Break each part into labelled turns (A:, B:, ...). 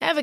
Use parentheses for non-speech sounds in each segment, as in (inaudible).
A: Ever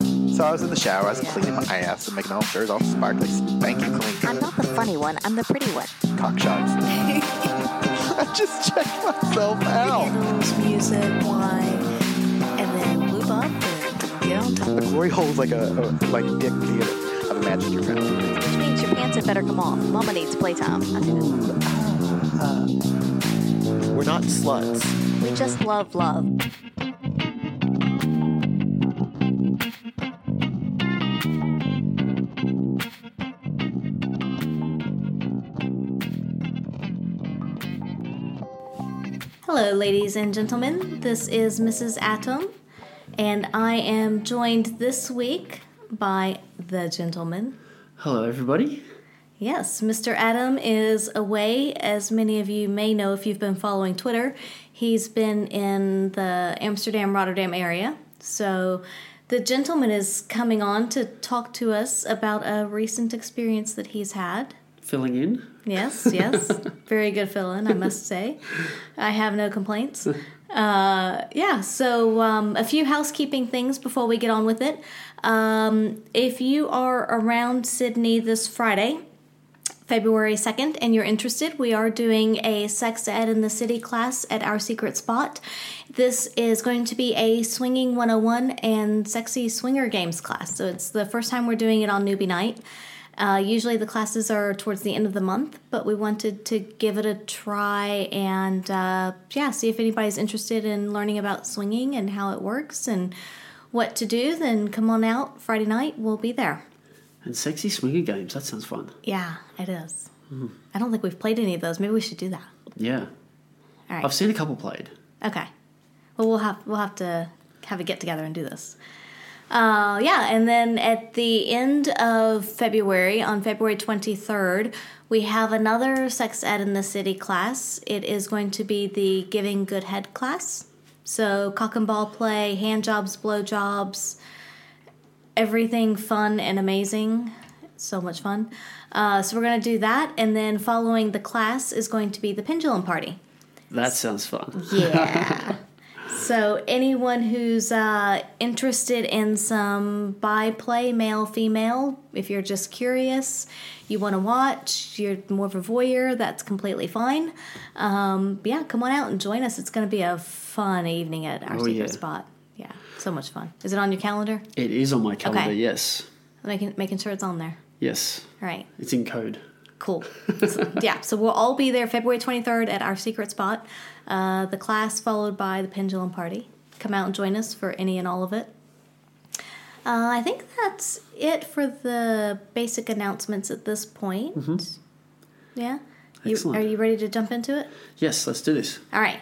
B: So I was in the shower, I was cleaning my ass and making all dirt all sparkly, spanky clean,
C: I'm not the funny one, I'm the pretty one.
B: cock (laughs) shots. I just checked myself out.
C: Oh. Candles, music, wine, and then loop up and get on top.
B: The glory hole is like a, a like dick theater. I've imagined your friend.
C: Which means your pants had better come off. Mama needs playtime. I mean,
D: We're not sluts.
C: we just love love.
E: Hello, ladies and gentlemen. This is Mrs. Atom, and I am joined this week by the gentleman.
D: Hello, everybody.
E: Yes, Mr. Atom is away. As many of you may know if you've been following Twitter, he's been in the Amsterdam Rotterdam area. So the gentleman is coming on to talk to us about a recent experience that he's had.
D: Filling in.
E: Yes, yes. Very good fill in, I must say. I have no complaints. Uh, yeah, so um, a few housekeeping things before we get on with it. Um, if you are around Sydney this Friday, February 2nd, and you're interested, we are doing a Sex Ed in the City class at our secret spot. This is going to be a Swinging 101 and Sexy Swinger Games class. So it's the first time we're doing it on newbie night. Uh, usually the classes are towards the end of the month, but we wanted to give it a try and uh, yeah, see if anybody's interested in learning about swinging and how it works and what to do. Then come on out Friday night. We'll be there.
D: And sexy swinger games. That sounds fun.
E: Yeah, it is. I don't think we've played any of those. Maybe we should do that.
D: Yeah.
E: All right.
D: I've seen a couple played.
E: Okay. Well, we'll have we'll have to have a get together and do this. Uh, yeah, and then at the end of February, on February 23rd, we have another Sex Ed in the City class. It is going to be the Giving Good Head class. So, cock and ball play, hand jobs, blow jobs, everything fun and amazing. So much fun. Uh, so, we're going to do that. And then, following the class, is going to be the pendulum party.
D: That sounds fun.
E: Yeah. so anyone who's uh, interested in some by play, male, female, if you're just curious, you want to watch, you're more of a voyeur, that's completely fine. Um, yeah, come on out and join us. It's going to be a fun evening at our
D: Oh,
E: secret
D: yeah.
E: spot. Yeah, so much fun. Is it on your calendar?
D: It is on my calendar.
E: Okay.
D: Yes.
E: Making making sure it's on there.
D: Yes.
E: All right.
D: It's in code.
E: Cool. So- yeah, so we'll all be there February 23rd at our secret spot. Uh, the class followed by the pendulum party. Come out and join us for any and all of it. Uh, I think that's it for the basic announcements at this point. Yeah? You,
D: Excellent.
E: are you ready to jump into it?
D: Yes. Let's do this.
E: All right.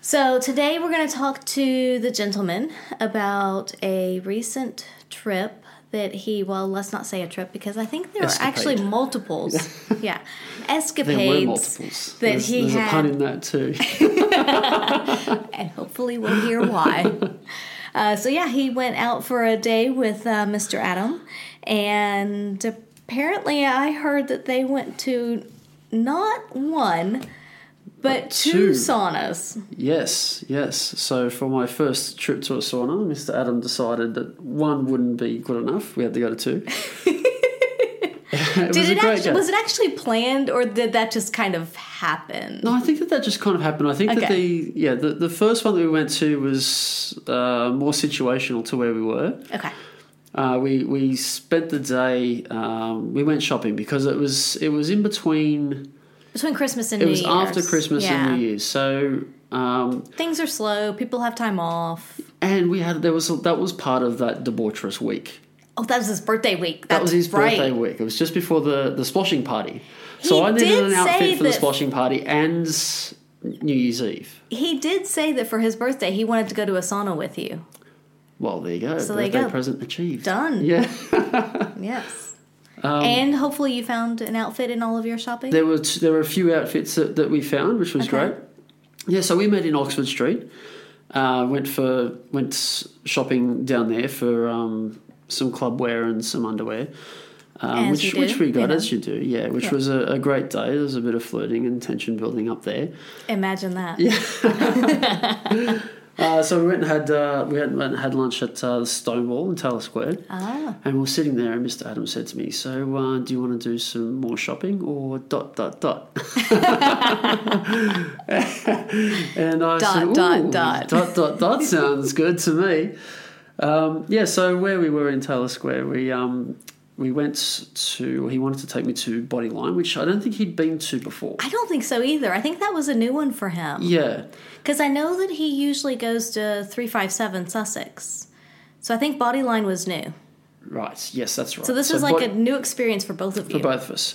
E: So today we're going to talk to the gentleman about a recent trip that he well let's not say a trip because I think there
D: Escapade.
E: were actually
D: (laughs)
E: multiples. yeah. Escapades.
D: There were multiples.
E: that
D: there's
E: he
D: there's
E: had-
D: a pun in that too.
E: and hopefully we'll hear
D: (laughs)
E: why. uh, so yeah, he went out for a day with uh, Mr. Adam, and apparently I heard that they went to not one, but, two.
D: two.
E: saunas.
D: Yes, yes. So for my first trip to a sauna, Mr. Adam decided that one wouldn't be good enough. We had to go to two. (laughs) it
E: Did
D: was a
E: it
D: great
E: actually
D: go.
E: was it actually planned, or did that just kind of happen?
D: No, I think that that just kind of happened. I think that
E: Okay.
D: the yeah the, the first one that we went to was uh, more situational to where we were.
E: Okay.
D: Uh, we we spent the day. Um, we went shopping because it was it was in between.
E: Between Christmas and
D: It
E: New
D: was
E: Year's.
D: after Christmas
E: Yeah.
D: and New Year's, so um,
E: Things are slow. People have time off.
D: and we had there was that was part of that debaucherous week.
E: Oh, that was his birthday week. That's
D: That was his
E: right.
D: birthday week. It was just before the, the splashing party. So
E: He
D: I needed
E: did
D: an
E: say
D: outfit for the
E: that-
D: splashing party and New Year's Eve.
E: He did say that for his birthday, he wanted to go to a sauna with you.
D: Well, there you go.
E: So there you
D: Birthday
E: go.
D: present achieved.
E: Done.
D: Yeah. Um,
E: Yes. and hopefully you found an outfit in all of your shopping.
D: There were t- there were a few outfits that, that we found, which was
E: Okay.
D: great. Yeah, so we met in Oxford Street. Uh, went for went s- shopping down there for um, some club wear and some underwear, um,
E: As
D: which
E: you do,
D: which we got
E: yeah.
D: as you do. Yeah, which
E: Yeah.
D: was a, a great day. There was a bit of flirting and tension building up there.
E: Imagine that.
D: Uh, so we went and had uh, we had, went and had lunch at uh, the Stonewall in Taylor Square.
E: Ah.
D: And we were sitting there, and Mr. Adams said to me, "So, uh, do you want to do some more shopping or dot dot dot?" (laughs) and I
E: Dot,
D: said, "Ooh,
E: dot, dot."
D: dot dot dot sounds good to me." Um, yeah, so where we were in Taylor Square, we um, we went to. He wanted to take me to Bodyline, which I don't think he'd been to before.
E: I don't think so either. I think that was a new one for him.
D: Yeah,
E: Because I know that he usually goes to 357 Sussex. So I think Bodyline was new.
D: right. Yes, that's right.
E: So this was like
D: Bod-
E: a new experience for both of you.
D: for both of us.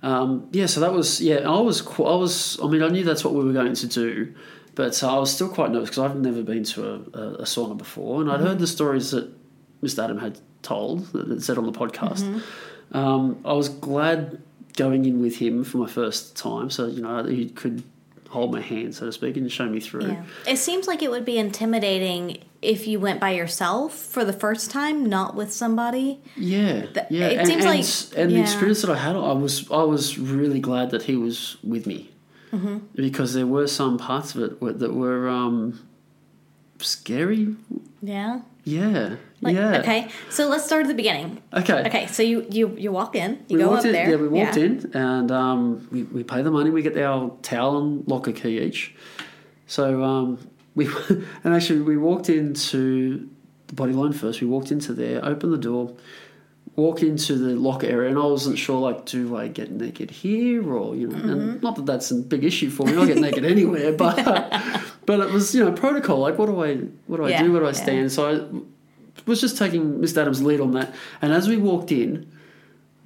D: Um, yeah, so that was yeah. I was qu- I was I mean I knew that's what we were going to do, but uh, I was still quite nervous because I've never been to a, a, a sauna before, and I'd heard the stories that Mr. Adam had told that it said on the podcast. Um, I was glad going in with him for my first time, so you know he could hold my hand, so to speak, and show me through.
E: Yeah. It seems like it would be intimidating if you went by yourself for the first time, not with somebody.
D: Yeah, yeah.
E: it
D: and,
E: seems
D: and,
E: like-
D: s- and
E: yeah.
D: the experience that I had, I was I was really glad that he was with me
E: Mm-hmm.
D: because there were some parts of it were, that were um, scary.
E: Yeah.
D: Yeah,
E: Like,
D: yeah.
E: Okay. So let's start at the beginning.
D: Okay.
E: Okay. So you you you walk in. You
D: we
E: go
D: walked
E: up
D: in,
E: there.
D: Yeah, we walked in and um, we, we pay the money. We get our towel and locker key each. So um, we (laughs) and actually we walked into the body line first. We walked into there, opened the door, walk into the locker area, and I wasn't sure like, do I get naked here or you know?
E: Mm-hmm.
D: And not that that's a big issue for me. I get naked (laughs) anywhere, but but it was you know protocol. Like, what do I what do I
E: Yeah,
D: do? Where do I
E: yeah.
D: stand? So I was just taking Mr. Adams' lead on that. And as we walked in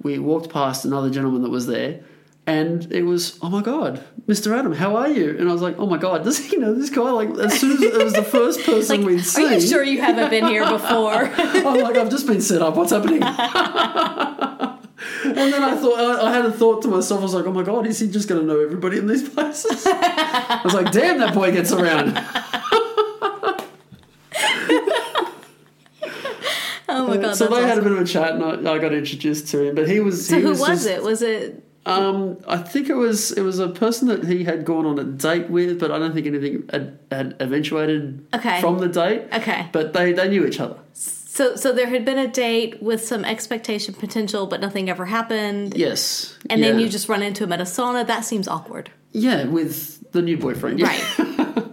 D: we walked past another gentleman that was there and it was oh my god mr adam how are you and i was like oh my god does he know this guy like as soon as it was the first
E: (laughs)
D: person
E: Like,
D: we'd
E: are
D: seen
E: you sure you haven't been here
D: (laughs)
E: before?
D: i'm like i've just been set up what's happening
E: (laughs)
D: and then i thought I, I had a thought to myself i was like oh my god is he just going to know everybody in these
E: (laughs)
D: places i was like damn that boy gets around
E: oh my god.
D: so
E: that's
D: they had a
E: awesome.
D: bit of a chat and I, I got introduced to him but he was
E: so
D: he
E: who
D: was,
E: was
D: just-
E: it? Was it?
D: Um, I think it was it was a person that he had gone on a date with, but I don't think anything had, had eventuated
E: Okay.
D: from the date.
E: Okay.
D: But they, they knew each other.
E: So so there had been a date with some expectation potential, but nothing ever happened.
D: Yes.
E: And then
D: Yeah.
E: you just run into him at a sauna. That seems awkward.
D: yeah with the new boyfriend. Yeah.
E: Right.
D: (laughs)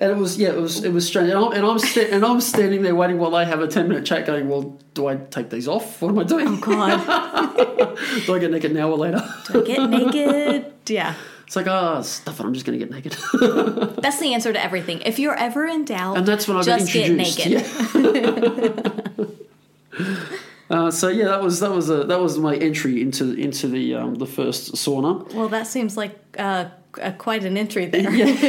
D: And it was yeah it was it was strange. And I'm and I'm, sta- and I'm standing there waiting while they have a ten minute chat, going, well, do I take these off? What am I doing?
E: God.
D: (laughs) do I get naked now or later? (laughs)
E: Get naked. Yeah.
D: it's like ah stuff it. I'm just gonna get naked. (laughs)
E: That's the answer to everything. If you're ever in doubt,
D: And that's when I
E: Just
D: got
E: get
D: introduced. Yeah. (laughs) uh, so yeah, that was that was a, that was my entry into into the um, the first sauna.
E: Well, that seems like uh, uh, quite an entry there.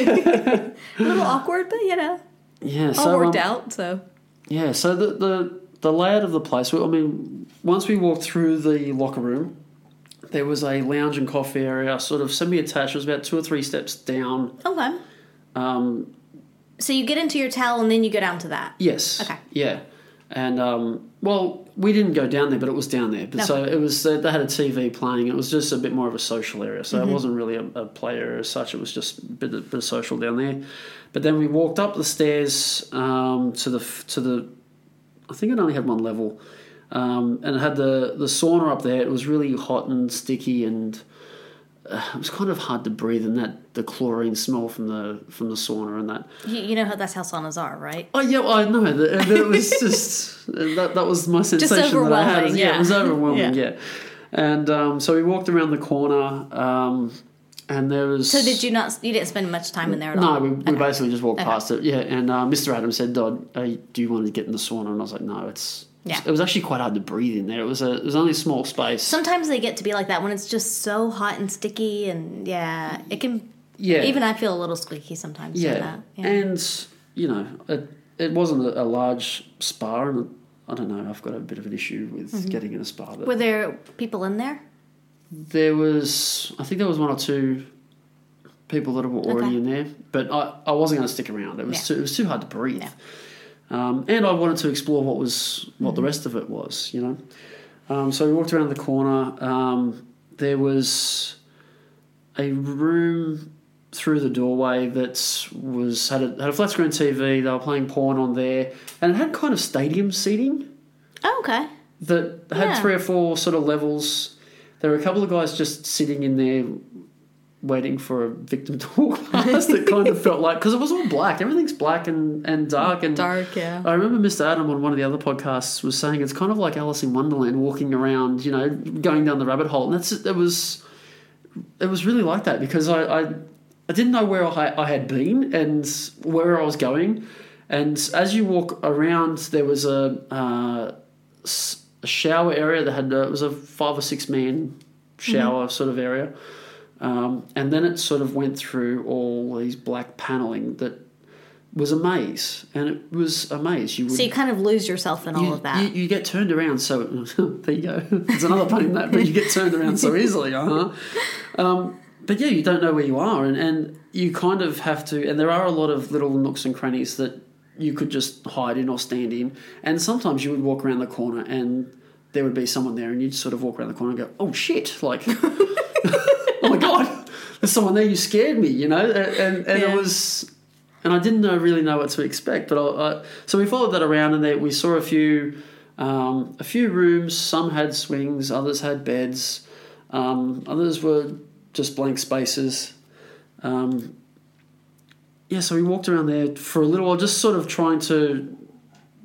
E: (laughs) a little awkward, but you know,
D: Yeah.
E: all
D: so
E: Oh, worked
D: um,
E: out. So
D: Yeah. So the, the the layout of the place. I mean, once we walked through the locker room, there was a lounge and coffee area, sort of semi-attached. It was about two or three steps down.
E: okay. Um,
D: Um,
E: so you get into your towel and then you go down to that.
D: Yes.
E: Okay.
D: Yeah. And um, well, we didn't go down there, but it was down there. But
E: No.
D: so it was they, they had a TV playing. It was just a bit more of a social area, so it wasn't really a, a play area as such. It was just a bit, of- bit of social down there. But then we walked up the stairs um, to the f- to the. I think it only had one level, um, and it had the the sauna up there. It was really hot and sticky, and uh, it was kind of hard to breathe. And that the chlorine smell from the from the sauna and that.
E: You, you know how that's how saunas are, right?
D: Oh yeah, well, I know. That, and it was just that, that was my sensation that I had.
E: overwhelming,
D: it was
E: yeah.
D: overwhelming.
E: Yeah.
D: Yeah, and um, so we walked around the corner, um, and there was.
E: So did you not? You didn't spend much time in there at
D: No,
E: all.
D: we, we basically just walked past it. Yeah, and uh, Mr. Adams said, "Dodd, uh, do you want to get in the sauna?" And I was like, "No, it's."
E: Yeah.
D: It was actually quite hard to breathe in there. It was a. It was only a small space.
E: Sometimes they get to be like that when it's just so hot and sticky, and yeah, it can
D: Yeah.
E: Even I feel a little squeaky sometimes. Yeah.
D: yeah.
E: That. yeah.
D: And, you know, it, it wasn't a, a large spa. And I don't know, I've got a bit of an issue with
E: Mm-hmm.
D: getting in a spa. But
E: Were there people in there?
D: there was, I think there was one or two people that were already
E: Okay.
D: in there, but I, I wasn't going to stick around. It was,
E: Yeah.
D: too, it was too hard to breathe. Um, and I wanted to explore what was what
E: Mm-hmm.
D: the rest of it was, you know. Um, so we walked around the corner. Um, there was a room through the doorway that was had a, had a flat screen TV. They were playing porn on there, and it had kind of stadium seating
E: Oh, okay.
D: that had
E: Yeah.
D: three or four sort of levels. There were a couple of guys just sitting in there waiting for a victim to walk (laughs) past. it kind of felt like because it was all black. Everything's black and, and dark and
E: Dark, yeah.
D: I remember Mr. Adam on one of the other podcasts was saying it's kind of like Alice in Wonderland walking around, you know, going down the rabbit hole. And that's it was it was really like that because I, I I didn't know where I, I had been and where I was going. And as you walk around, there was a, uh, s- a shower area that had, uh, it was a five or six man shower sort of area. Um, and then it sort of went through all these black paneling that was a maze. And it was a maze. You would,
E: So you kind of lose yourself in all
D: you,
E: of that.
D: You, you get turned around so (laughs) there you go. There's another pun in that, but you get turned around so easily, uh huh. Um, but yeah, you don't know where you are, and, and you kind of have to. And there are a lot of little nooks and crannies that you could just hide in or stand in. And sometimes you would walk around the corner, and there would be someone there, and you'd sort of walk around the corner and go, "Oh shit!" Like, (laughs) "Oh my god, there's someone there. You scared me," you know. And and, and it
E: Yeah.
D: was and I didn't know, really know what to expect. But I, I, so we followed that around, and there, we saw a few, um, a few rooms. Some had swings, others had beds, um, others were just blank spaces. Um, yeah, so we walked around there for a little while, just sort of trying to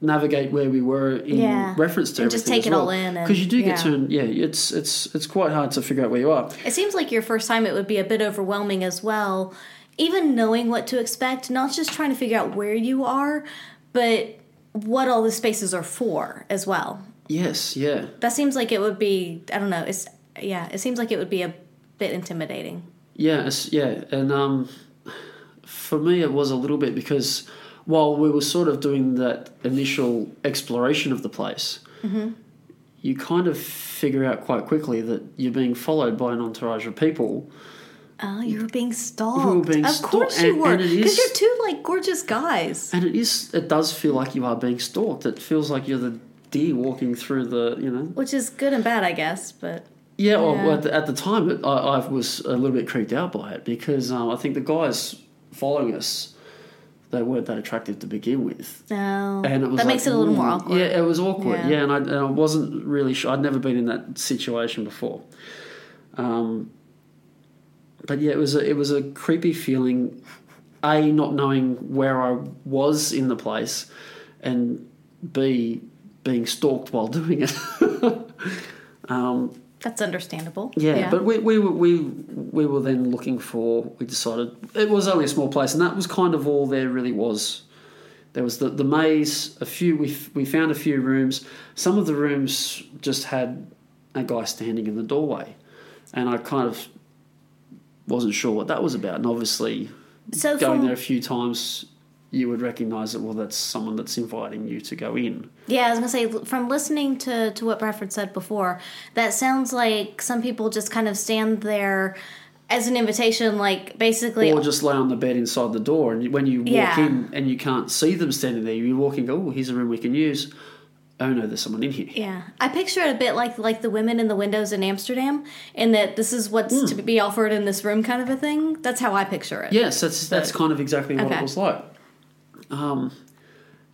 D: navigate where we were in
E: Yeah.
D: reference to
E: And just
D: everything
E: take it all in and-
D: because you do get
E: yeah.
D: turned. Yeah, it's it's it's quite hard to figure out where you are.
E: It seems like your first time it would be a bit overwhelming as well, even knowing what to expect, not just trying to figure out where you are, but what all the spaces are for as well.
D: Yes, yeah.
E: That seems like it would be, I don't know, it's yeah, it seems like it would be a bit intimidating.
D: Yeah, it's- yeah, and um, for me it was a little bit because while we were sort of doing that initial exploration of the place, you kind of figure out quite quickly that you're being followed by an entourage of people.
E: Oh, you were being stalked.
D: We were being
E: of
D: stalked,
E: course you
D: and-
E: were,
D: and it
E: because
D: is-
E: you're two like gorgeous guys.
D: And it is, it does feel like you are being stalked. It feels like you're the deer walking through the, you know.
E: Which is good and bad, I guess, but
D: Yeah, well,
E: Yeah.
D: At, the, at the time, it, I, I was a little bit creeped out by it because um, I think the guys following us, they weren't that attractive to begin with.
E: no.
D: and it was
E: Oh, that
D: like,
E: makes it a little more
D: ooh.
E: awkward.
D: Yeah, it was awkward. Yeah,
E: Yeah.
D: and, I, and I wasn't really sure. I'd never been in that situation before. Um, but yeah, it was a, it was a creepy feeling. A not knowing where I was in the place, and B being stalked while doing it. (laughs)
E: That's understandable.
D: Yeah, but we, we were we we were then looking for. We decided it was only a small place, and that was kind of all there really was. There was the, the maze. A few we f- we found a few rooms. Some of the rooms just had a guy standing in the doorway, and I kind of wasn't sure what that was about. And obviously,
E: so
D: going
E: from-
D: there a few times, you would recognise that. Well, that's someone that's inviting you to go in.
E: Yeah, I was gonna say l- from listening to to what Bradford said before, that sounds like some people just kind of stand there as an invitation, like basically.
D: Or just lay on the bed inside the door, and when you walk
E: Yeah.
D: in and you can't see them standing there, you walk in, go, oh, here's a room we can use. Oh no, there's someone in here.
E: yeah, I picture it a bit like like the women in the windows in Amsterdam, and that this is what's
D: Hmm.
E: to be offered in this room, kind of a thing. That's how I picture it.
D: Yes, that's that's kind of exactly what it
E: Okay.
D: was like. Um,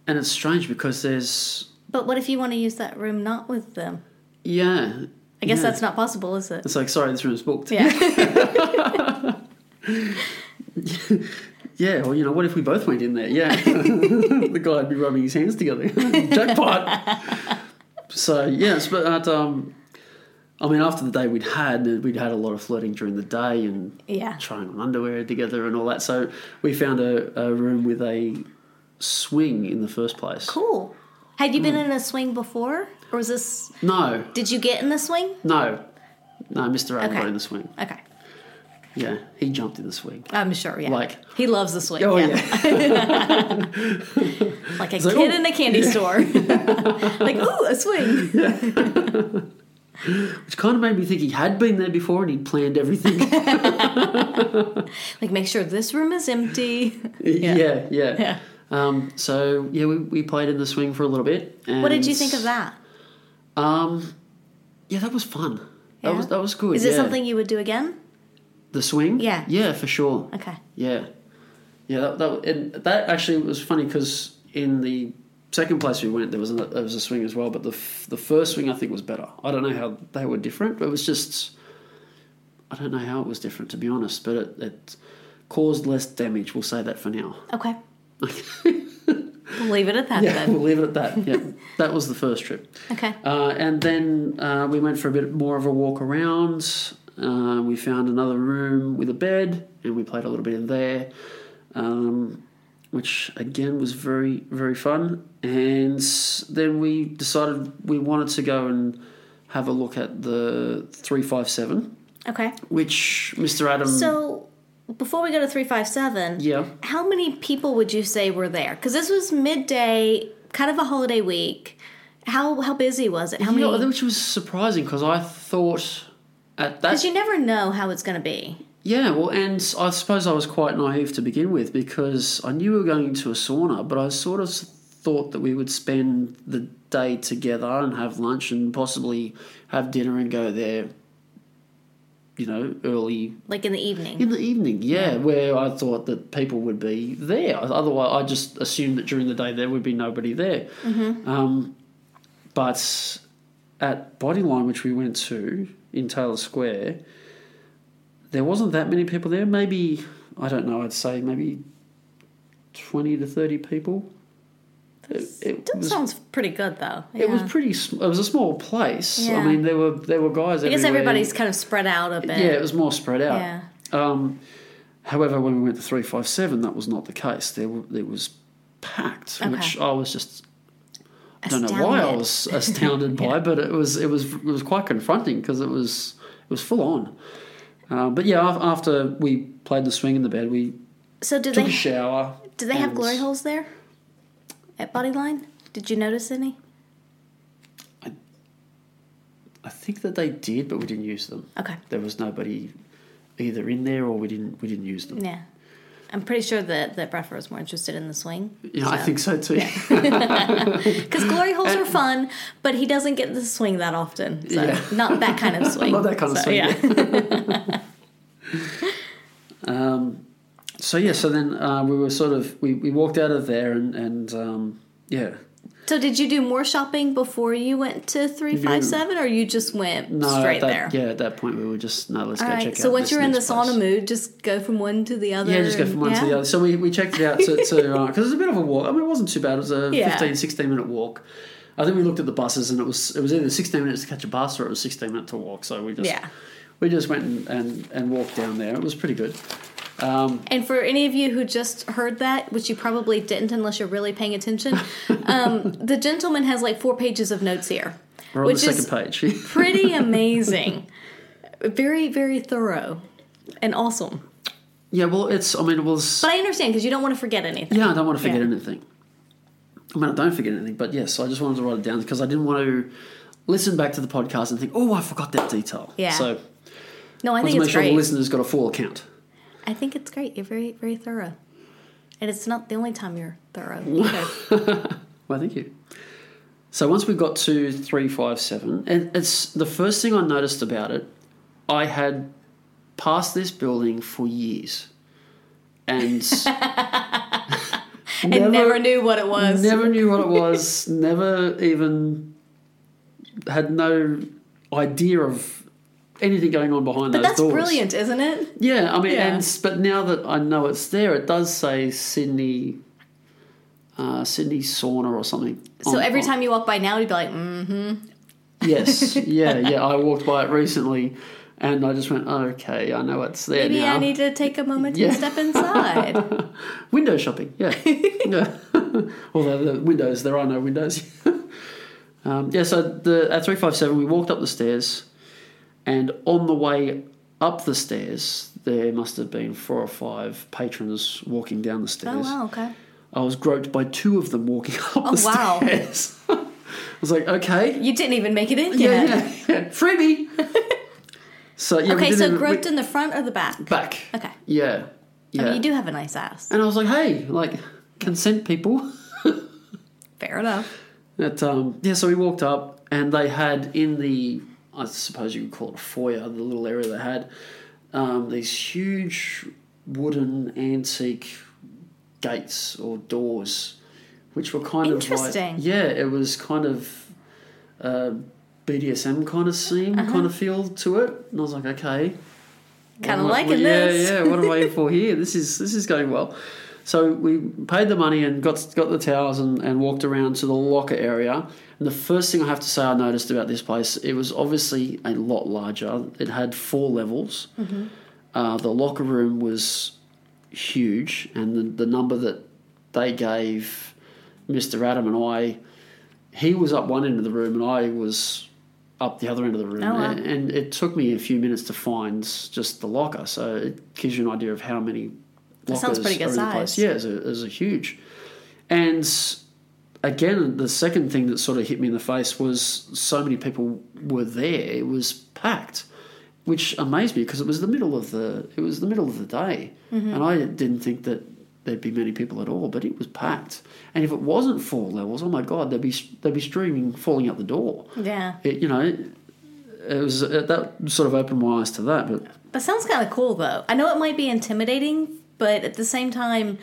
D: and it's strange because there's
E: But what if you want to use that room not with them?
D: yeah.
E: I guess that's not possible,
D: (laughs)
E: is it?
D: It's like sorry, this room's booked.
E: Yeah,
D: Yeah, well, you know, what if we both went in there? Yeah. (laughs) the guy would be rubbing his hands together. (laughs) Jackpot! so, yes, but uh, um, I mean, after the day we'd had, we'd had a lot of flirting during the day and
E: Yeah.
D: trying on underwear together and all that. So, we found a, a room with a swing in the first place.
E: cool. Had you been
D: Hmm.
E: in a swing before, or was this?
D: No,
E: Did you get in the swing?
D: no, no, Mr. Adam
E: Okay.
D: got in the swing.
E: Okay.
D: Yeah, he jumped in the swing.
E: I'm sure, yeah.
D: Like-
E: he loves the swing.
D: Oh
E: yeah.
D: yeah.
E: Like a
D: like,
E: kid
D: "Oh."
E: in
D: (laughs)
E: a candy store. (laughs) like, ooh, a swing.
D: which kind of made me think he had been there before and he'd planned
E: (laughs)
D: everything.
E: Like, make sure this room is empty.
D: (laughs) yeah, (laughs) yeah.
E: Yeah.
D: Um, so yeah, we, we played in the swing for a little bit. And,
E: What did you think of that?
D: Um, yeah, that was fun. That
E: Yeah?
D: was that was good.
E: Is it
D: yeah.
E: something you would do again?
D: The swing?
E: Yeah.
D: Yeah, for sure.
E: Okay.
D: Yeah, yeah. That that and that actually was funny because in the second place we went, there was a, there was a swing as well, but the f- the first swing I think was better. I don't know how they were different. But it was just I don't know how it was different to be honest, but it, it caused less damage. We'll say that for now. (laughs)
E: Okay. We'll Leave it at that
D: Yeah, (laughs)
E: then.
D: we'll leave it at that. Yeah, that was the first trip.
E: Okay.
D: Uh, and then uh, we went for a bit more of a walk around. Uh, we found another room with a bed, and we played a little bit in there, um, which again was very very fun. And then we decided we wanted to go and have a look at the three five seven,
E: Okay.
D: which Mr. Adam.
E: So, before we go to 357,
D: yeah,
E: how many people would you say were there? Because this was midday, kind of a holiday week. How how busy was it? How
D: You know,
E: many?
D: which was surprising because I thought at that
E: Because you never know how it's going to be.
D: Yeah, well, and I suppose I was quite naive to begin with because I knew we were going to a sauna, but I sort of thought that we would spend the day together and have lunch and possibly have dinner and go there, you know, early
E: Like in the evening.
D: in the evening. Yeah, where I thought that people would be there. Otherwise, I just assumed that during the day there would be nobody there.
E: Mm-hmm.
D: Um, but at Bodyline, which we went to in Taylor Square, there wasn't that many people there. Maybe I don't know. I'd say maybe twenty to thirty people. It, it
E: Still
D: was.
E: sounds pretty good though.
D: It was
E: Yeah.
D: pretty. sm- It was a small place. I
E: Yeah.
D: mean, there were there were guys.
E: I guess
D: everywhere.
E: everybody's kind of spread out a bit.
D: Yeah, it was more spread out.
E: Yeah.
D: Um, however, when we went to three five seven, that was not the case. There, were, it was packed, which I was just I don't know why I
E: Astounded.
D: was astounded by,
E: (laughs)
D: but it was it was it was quite confronting because it was it was full on. Um, but yeah, af- after we played the swing in the bed, we
E: So did
D: took
E: they
D: a shower.
E: did they have
D: and-
E: glory holes there at Bodyline? Did you notice any?
D: I think that they did, but we didn't use them.
E: Okay.
D: There was nobody either in there or we didn't we didn't use them.
E: Yeah. I'm pretty sure that that Breffer was more interested in the swing.
D: Yeah, I think so too.
E: Because glory
D: (laughs)
E: holes are fun, but he doesn't get the swing that often. So
D: Yeah.
E: not that kind of
D: (laughs)
E: swing.
D: Not that kind of
E: So,
D: swing,
E: Yeah.
D: Um, So yeah, so then uh, we were sort of we, we walked out of there and and um, yeah,
E: (laughs) so did you do more shopping before you went to three five seven, or you just went
D: No,
E: straight
D: at that,
E: there?
D: Yeah, at that point we were just no, let's
E: All
D: go
E: right.
D: check
E: So
D: out.
E: once
D: this
E: you're in the
D: next
E: sauna
D: place.
E: mood, just go from one to the other.
D: Yeah, just go
E: and-
D: from one to
E: yeah?
D: the other. So we, we checked it out to,
E: (laughs)
D: to uh 'cause it was a bit of a walk. I mean, it wasn't too bad. It was a
E: Yeah.
D: fifteen, sixteen 15, 16 minute walk. I think we looked at the buses and it was it was either 16 minutes to catch a bus or it was 16 minutes to walk. So we just
E: Yeah.
D: we just went and, and, and walked down there. It was pretty good.
E: And for any of you who just heard that, which you probably didn't unless you're really paying
D: (laughs)
E: attention, um, the gentleman has like four pages of notes here,
D: We're on
E: which
D: the
E: is
D: second page. (laughs)
E: pretty amazing. very, very thorough and awesome.
D: yeah, well, it's I mean it was
E: But I understand because you don't want to forget anything.
D: Yeah, I don't want to forget
E: Yeah.
D: anything. I mean, I don't forget anything, but yes, I just wanted to write it down because I didn't want to listen back to the podcast and think, oh, I forgot that detail.
E: Yeah.
D: So
E: No, I
D: I want
E: think
D: to make
E: it's
D: sure the
E: great.
D: listener's got a full account.
E: I think it's great. You're very, very thorough. And it's not the only time you're
D: (laughs)
E: thorough. either.
D: Well, thank you. So once we got to 357, and it's the first thing I noticed about it, I had passed this building for years.
E: (laughs)
D: And
E: and never, knew what it was.
D: Never knew
E: (laughs)
D: what it was. never even had no idea of anything going on behind
E: but
D: those
E: that's
D: doors.
E: brilliant, isn't it?
D: Yeah, I mean,
E: Yeah.
D: and but now that I know it's there, it does say Sydney, uh, Sydney sauna or something.
E: So
D: on-
E: every
D: on-
E: time you walk by now, you'd be like, mm. (laughs)
D: yes, yeah, yeah. I walked by it recently, and I just went, okay, I know it's there
E: maybe
D: now.
E: I need to take a moment
D: Yeah.
E: and
D: (laughs)
E: step inside. Oh,
D: Window shopping,
E: (laughs)
D: yeah. yeah. (laughs) Although the windows, there are no windows. (laughs) um, yeah, so the, at 357, we walked up the stairs, and on the way up the stairs, there must have been four or five patrons walking down the
E: Oh,
D: stairs.
E: wow, okay.
D: I was groped by two of them walking (laughs) up the
E: wow.
D: stairs. (laughs) I was like, okay,
E: You didn't even make it in
D: yeah,
E: yet.
D: yeah, yeah, free me.
E: (laughs)
D: so yeah, we
E: Okay,
D: did
E: so
D: it- we-
E: groped in the front or the back?
D: back.
E: Okay.
D: Yeah, yeah.
E: I mean, you do have a nice ass.
D: And I was like, hey, like consent, people. (laughs)
E: Fair enough.
D: But um, yeah, so we walked up, and they had in the I suppose you could call it a foyer, the little area they had um, these huge wooden antique gates or doors, which were kind of
E: Interesting.
D: like yeah, it was kind of uh, BDSM kind of scene, kind of feel to it, and I was like, okay,
E: Kind of
D: I'm like,
E: liking
D: well, yeah,
E: this.
D: Yeah, What am I in for
E: (laughs)
D: here? This is this is going well. So we paid the money and got got the towels and, and walked around to the locker area. And the first thing I have to say I noticed about this place, it was obviously a lot larger. It had four levels.
E: Mm-hmm.
D: Uh, the locker room was huge, and the, the number that they gave Mr. Adam and I, he was up one end of the room and I was up the other end of the room.
E: Oh, wow.
D: and, and it took me a few minutes to find just the locker, so it gives you an idea of how many lockers
E: sounds pretty
D: are
E: good
D: in the place.
E: size.
D: Yeah, it's a, it's a huge. And again, the second thing that sort of hit me in the face was so many people were there. It was packed, which amazed me because it was the middle of the it was the middle of the day, and I didn't think that there'd be many people at all. But it was packed, and if it wasn't four levels, oh my god, they'd be they'd be streaming falling out the door.
E: Yeah.
D: It, you know, it was it, that sort of opened my eyes to that. But
E: But sounds kind of cool though. I know it might be intimidating, but at the same time,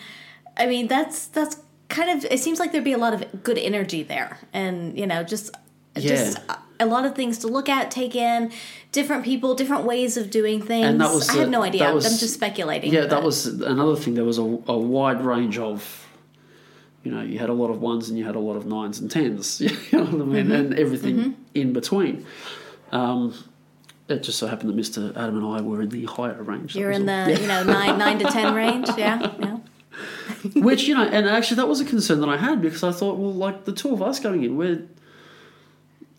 E: I mean that's that's kind of it seems like there'd be a lot of good energy there, and you know just just
D: Yeah.
E: a lot of things to look at, take in, different people, different ways of doing things.
D: And that was
E: I
D: the-
E: have no idea.
D: that was-
E: I'm just speculating.
D: Yeah, that
E: but-
D: was another thing. There was a, a wide range of, you know, you had a lot of ones and you had a lot of nines and tens. (laughs) You know what I mean?
E: Mm-hmm.
D: And everything in between. Um, it just so happened that Mr. Adam and I were in the higher range. That
E: You're
D: was
E: in
D: all.
E: the you know nine nine
D: (laughs)
E: to ten range. Yeah, yeah.
D: which you know, and actually that was a concern that I had because I thought, well, like the two of us going in, we're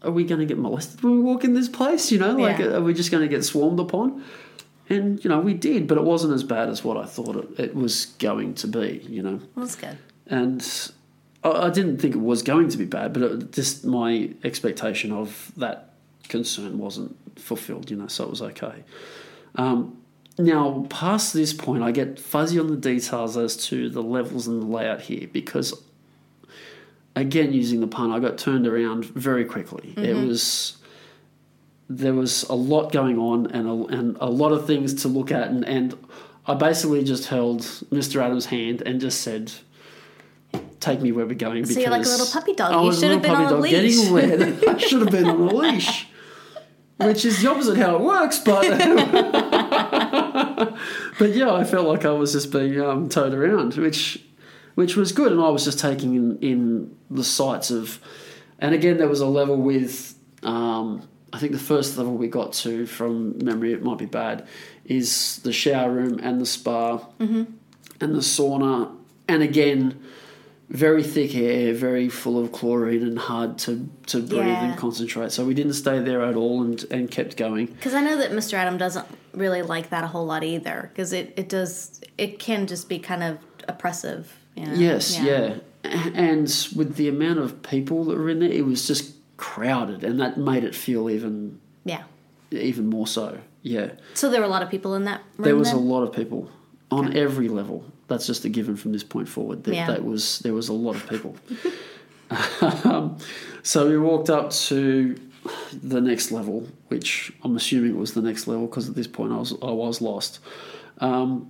D: are we going to get molested when we walk in this place? You know, like
E: Yeah.
D: are we just going to get swarmed upon? And you know, we did, but it wasn't as bad as what I thought it, it was going to be. You know,
E: Well, that's good.
D: and I, I didn't think it was going to be bad, but it, just my expectation of that concern wasn't fulfilled, you know, so it was okay. Um, now, past this point, I get fuzzy on the details as to the levels and the layout here because, again, using the pun, I got turned around very quickly. It
E: Mm-hmm.
D: was there was a lot going on and a, and a lot of things to look at, and, and I basically just held Mr. Adams' hand and just said, "Take me where we're going."
E: So you're like a
D: because
E: little puppy dog.
D: I
E: You
D: was a
E: should have
D: little
E: been
D: puppy
E: on
D: dog
E: a
D: Getting
E: (laughs)
D: wet. I should have been on a leash, which is the opposite how it works,
E: (laughs)
D: but. But yeah, I felt like I was just being um, towed around, which which was good, and I was just taking in, in the sights of. And again, there was a level with. Um, I think the first level we got to, from memory, it might be bad, is the shower room and the spa and the sauna, and again, very thick air, very full of chlorine and hard to, to breathe
E: Yeah.
D: and concentrate. So we didn't stay there at all and, and kept going.
E: Because I know that Mr. Adam doesn't really like that a whole lot either. Because it, it does it can just be kind of oppressive. You know?
D: Yes, yeah. And with the amount of people that were in there, it was just crowded, and that made it feel even
E: Yeah.
D: even more so. Yeah,
E: So there were a lot of people in that room.
D: there was a
E: then?
D: lot of people on every level. That's just a given from this point forward. That,
E: Yeah.
D: that was there was a lot of people. um, so we walked up to the next level, which I'm assuming was the next level because at this point I was I was lost. Um,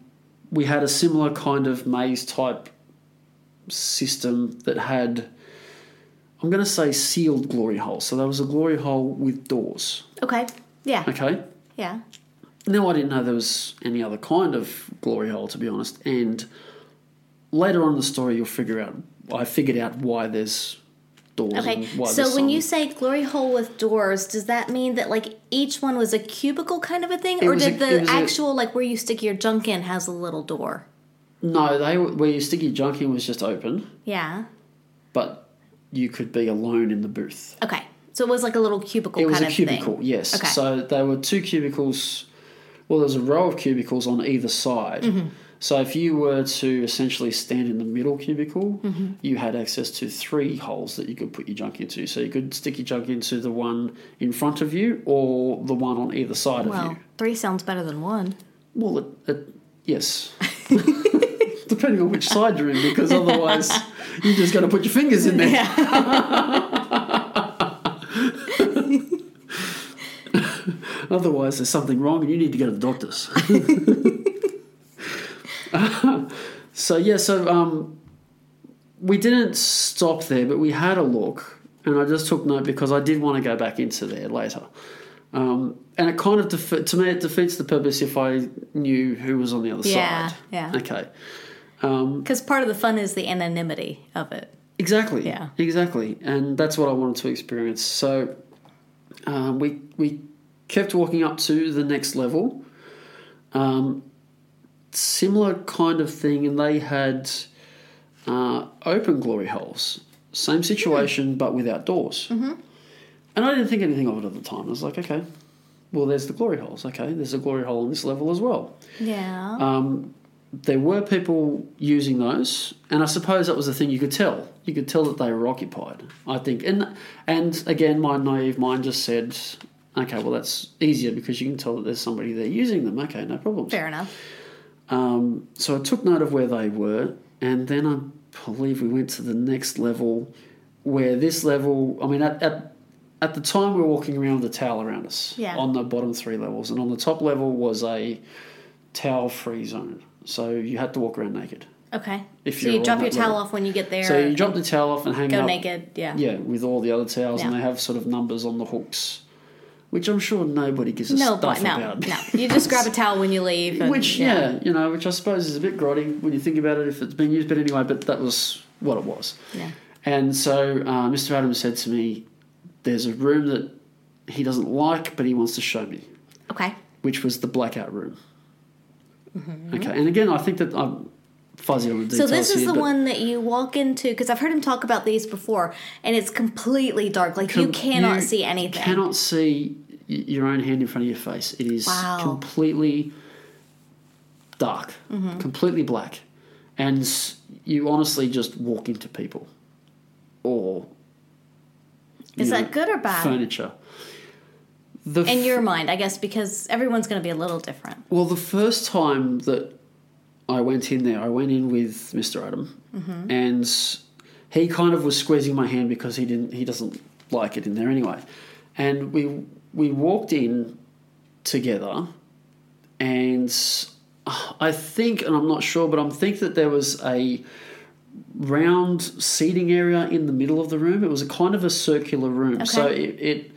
D: we had a similar kind of maze type system that had. I'm going to say sealed glory hole. So there was a glory hole with doors.
E: Okay. Yeah.
D: Okay.
E: Yeah.
D: No, I didn't know there was any other kind of glory hole, to be honest. And later on in the story, you'll figure out. I figured out why there's doors.
E: Okay.
D: And why
E: So
D: there's
E: when
D: some-
E: you say glory hole with doors, does that mean that like each one was a cubicle kind of a thing, or
D: was a-
E: did
D: it
E: the
D: was a-
E: actual like where you stick your junk in has a little door?
D: no, they were- where you stick your junk in was just open,
E: Yeah.
D: but you could be alone in the booth.
E: Okay. So it was like a little cubicle
D: It was
E: kind
D: a
E: of
D: cubicle,
E: thing.
D: yes.
E: Okay.
D: So they were two cubicles Well, there's a row of cubicles on either side.
E: Mm-hmm.
D: So if you were to essentially stand in the middle cubicle,
E: Mm-hmm.
D: you had access to three holes that you could put your junk into. So you could stick your junk into the one in front of you or the one on either side of
E: Well,
D: you.
E: three sounds better than one.
D: Well, it, it, yes. Depending on which side you're in, because
E: (laughs)
D: otherwise you're just going to put your fingers in there. (laughs) otherwise, there's something wrong and you need to go to the doctors. (laughs) so, yeah, so um, we didn't stop there, but we had a look. And I just took note because I did want to go back into there later. Um, and it kind of defe- to me it defeats the purpose if I knew who was on the other
E: Yeah,
D: side.
E: yeah.
D: Okay.
E: Because part of the fun is the anonymity of it.
D: Exactly.
E: Yeah.
D: Exactly, and that's what I wanted to experience. So um, we we kept walking up to the next level. Um, similar kind of thing, and they had uh, open glory holes. Same situation, but without doors. Mm-hmm. And I didn't think anything of it at the time. I was like, okay, well, there's the glory holes. Okay, there's a glory hole on this level as well
E: Yeah.
D: there were people using those, and I suppose that was the thing you could tell. You could tell that they were occupied. I think, and and again, my naive mind just said, "Okay, well that's easier because you can tell that there's somebody there using them." Okay, no problem.
E: Fair enough.
D: So I took note of where they were, and then I believe we went to the next level, where this level. I mean, at at, at the time we were walking around with a towel around us
E: Yeah.
D: on the bottom three levels, and on the top level was a towel-free zone. So you had to walk around naked.
E: Okay.
D: If
E: so
D: you're
E: you
D: on
E: drop
D: that
E: your towel
D: level.
E: off when you get there.
D: So you drop the towel off and hang
E: go
D: up,
E: naked. Yeah.
D: Yeah, with all the other towels, and
E: Yeah.
D: they have sort of numbers on the hooks, which I'm sure nobody gives a
E: No,
D: stuff
E: but no,
D: about. (laughs)
E: no. You just grab a towel when you leave. and-
D: which, yeah. you know, which I suppose is a bit grotty when you think about it if it's been used, but anyway, but that was what it was.
E: Yeah.
D: And so uh, Mr. Adams said to me, "There's a room that he doesn't like, but he wants to show me."
E: Okay.
D: which was the blackout room. Okay, and again, I think that I'm fuzzy on the
E: Mm-hmm. So
D: details.
E: this is
D: here,
E: the
D: but
E: one that you walk into because I've heard him talk about these before, and it's completely dark. Like you
D: com-
E: cannot
D: you
E: see anything.
D: Cannot see y- your own hand in front of your face. It is
E: Wow.
D: completely dark,
E: Mm-hmm.
D: completely black, and s- you honestly just walk into people or
E: is
D: you know,
E: that good or bad?
D: furniture. The
E: In
D: f-
E: your mind, I guess, because everyone's going to be a little different.
D: Well, the first time that I went in there, I went in with Mr. Adam,
E: Mm-hmm.
D: and he kind of was squeezing my hand because he didn't he doesn't like it in there anyway. And we we walked in together, and I think, and I'm not sure, but I'm think that there was a round seating area in the middle of the room. It was a kind of a circular room, so
E: Okay.
D: it. it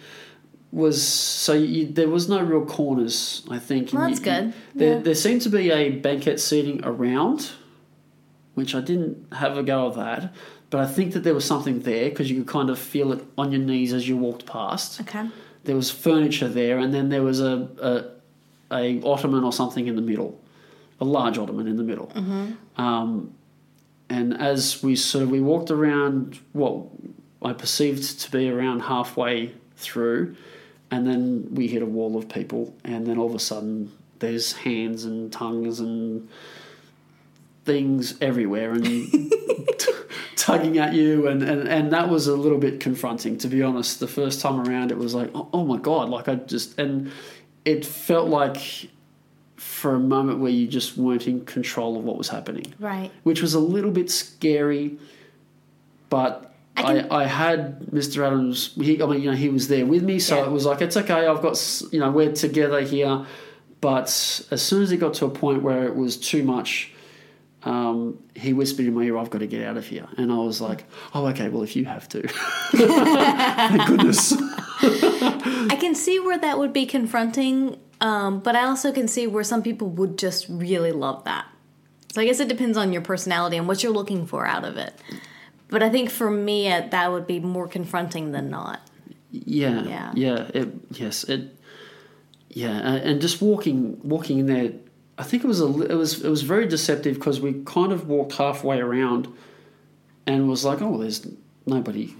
D: was so you, there was no real corners. I think.
E: Well,
D: And
E: that's good.
D: There, there seemed to be a banquette seating around, which I didn't have a go of that, but I think that there was something there because you could kind of feel it on your knees as you walked past.
E: Okay.
D: There was furniture there, and then there was a a, a ottoman or something in the middle, a large ottoman in the middle. Um, and as we sort of we walked around what I perceived to be around halfway through, and then we hit a wall of people, and then all of a sudden there's hands and tongues and things everywhere and t- tugging at you and, and, and that was a little bit confronting to be honest the first time around it was like oh, oh my god like i just and it felt like for a moment where you just weren't in control of what was happening
E: Right.
D: which was a little bit scary, but I,
E: I can-
D: I, had Mr. Adams. He, I mean, you know, he was there with me, so
E: Yeah.
D: it was like it's okay. I've got s- you know we're together here, but as soon as it got to a point where it was too much. Um, he whispered in my ear, "I've got to get out of here," and I was like, "Oh, okay. Well, if you have to, (laughs) thank goodness."
E: I can see where that would be confronting, um, but I also can see where some people would just really love that. So I guess it depends on your personality and what you're looking for out of it. But I think for me, uh, that would be more confronting than not.
D: Yeah,
E: Yeah.
D: yeah. It, yes, it. Yeah, a- and just walking, walking in there. I think it was a, li- it was, it was very deceptive because we kind of walked halfway around, and was like, oh, there's nobody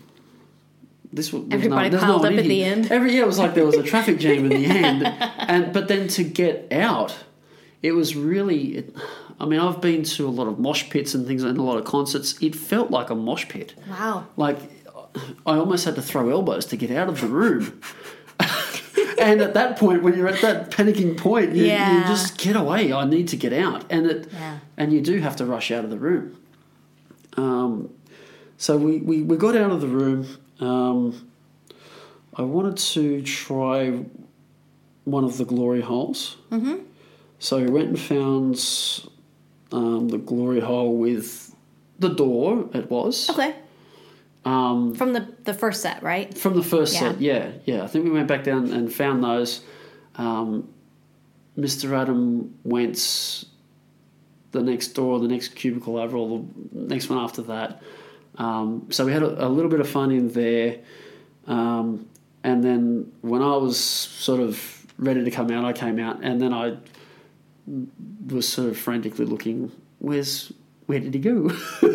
D: this was no,
E: Everybody
D: there's
E: piled
D: no one
E: up
D: in
E: at the
D: here.
E: end.
D: Every year it was like there was a traffic jam in the
E: (laughs)
D: end, and but then to get out, it was really. It, I mean, I've been to a lot of mosh pits and things, and a lot of concerts. It felt like a mosh pit.
E: Wow.
D: Like I almost had to throw elbows to get out of the room. (laughs) and at that point, when you're at that panicking point, you, you
E: Yeah.
D: just get away. I need to get out, and it
E: Yeah.
D: and you do have to rush out of the room. Um, so we, we, we got out of the room. Um, I wanted to try one of the glory holes. Mm-hmm. So we went and found um, the glory hole with the door. It was
E: Okay.
D: um,
E: From the the first set, right?
D: from the first
E: Yeah.
D: set. Yeah, yeah. I think we went back down and found those. Um, Mr. Adam Wentz, the next door, the next cubicle over, or the next one after that. Um, so we had a, a little bit of fun in there. Um, and then when I was sort of ready to come out, I came out, and then I was sort of frantically looking, where's where did he go? (laughs) where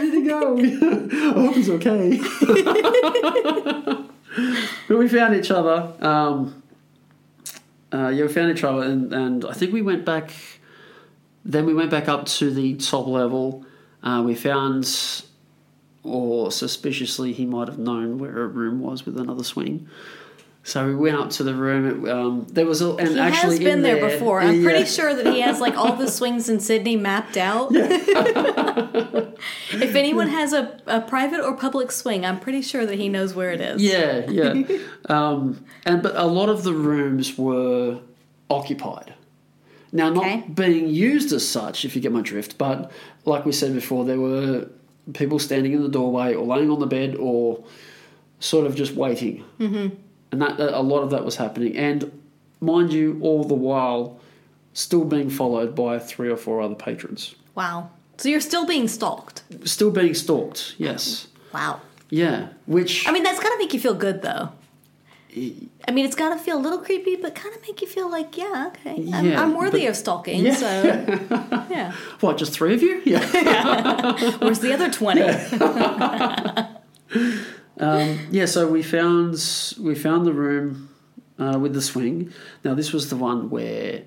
D: did he go? I (laughs) hope he's okay. but we found each other. Um, uh, yeah, we found each other, and, and I think we went back. Then we went back up to the top level. Uh, we found, or suspiciously, he might have known where a room was with another swing. So we went up to the room. It, um, there was, a, and
E: He
D: actually
E: has been
D: in
E: there, before. I'm
D: yeah.
E: pretty sure that he has like all the swings in Sydney mapped out. (laughs) if anyone has a, a private or public swing, I'm pretty sure that he knows where it is.
D: Yeah, yeah.
E: (laughs)
D: um, and but a lot of the rooms were occupied. Now, not
E: Okay.
D: being used as such, if you get my drift. But like we said before, there were people standing in the doorway or laying on the bed or sort of just waiting, mm-hmm. and that, that a lot of that was happening. And mind you, all the while, still being followed by three or four other patrons,
E: Wow. So you're still being stalked.
D: still being stalked. Yes,
E: Wow.
D: yeah. Which
E: I mean, that's gotta make you feel good though. I mean, it's gotta feel a little creepy, but kind of make you feel like, yeah, okay, I'm,
D: Yeah,
E: I'm worthy
D: but-
E: of stalking.
D: Yeah. (laughs)
E: So, yeah.
D: what? Just three of you? Yeah.
E: Where's the other twenty?
D: yeah, so we found we found the room uh, with the swing. Now this was the one where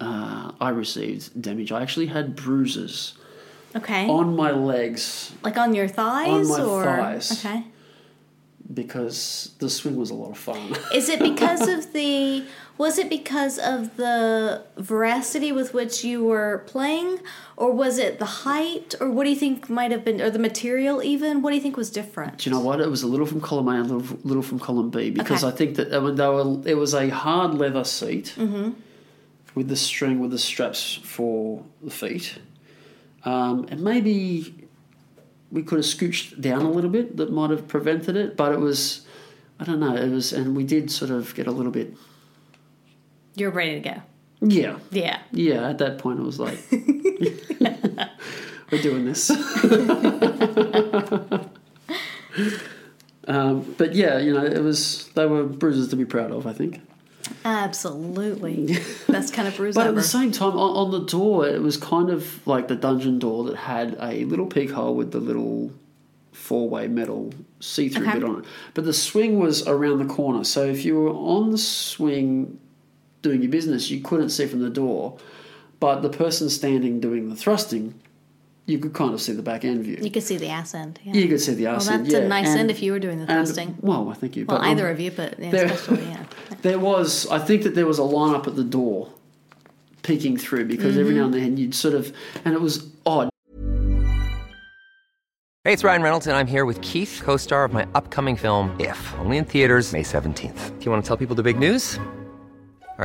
D: uh, I received damage. I actually had bruises
E: Okay.
D: on my legs
E: like on your thighs
D: my
E: or
D: thighs.
E: okay.
D: because the swing was a lot of fun. (laughs)
E: Is it because of the? Was it because of the veracity with which you were playing, or was it the height, or what do you think might have been, or the material even? What do you think was different?
D: Do you know what? It was a little from column A and a little, little from column B because
E: Okay.
D: I think that I mean, they were, it was a hard leather seat with the string with the straps for the feet. Um, and maybe we could have scooched down a little bit that might have prevented it, but it was, I don't know, it was, and we did sort of get a little bit,
E: You're ready to go.
D: yeah,
E: Yeah.
D: yeah, at that point, it was like, we're doing this. um, but yeah, you know, it was, they were bruises to be proud of, I think. (laughs)
E: Absolutely. Best kind of bruise
D: But at
E: ever.
D: the same time, on, on the door, it was kind of like the dungeon door that had a little peak hole with the little four way metal see through
E: Okay.
D: bit on it. But the swing was around the corner. So if you were on the swing doing your business, you couldn't see from the door. But the person standing doing the thrusting, you could kind of see the back end view.
E: you could see the ass end. Yeah.
D: You could see the arse
E: well,
D: end,
E: that's
D: yeah.
E: a nice
D: And-
E: end if you were doing the
D: and-
E: thrusting.
D: Well, I thank you.
E: well,
D: but, um,
E: either of you, but yeah,
D: there-
E: especially
D: (laughs)
E: yeah.
D: there was, I think that there was a line up at the door peeking through because every
E: Mm-hmm.
D: now and then you'd sort of, and it was odd.
F: Hey, it's Ryan Reynolds, and I'm here with Keith, co star of my upcoming film, If, only in theaters, May 17th. Do you want to tell people the big news? All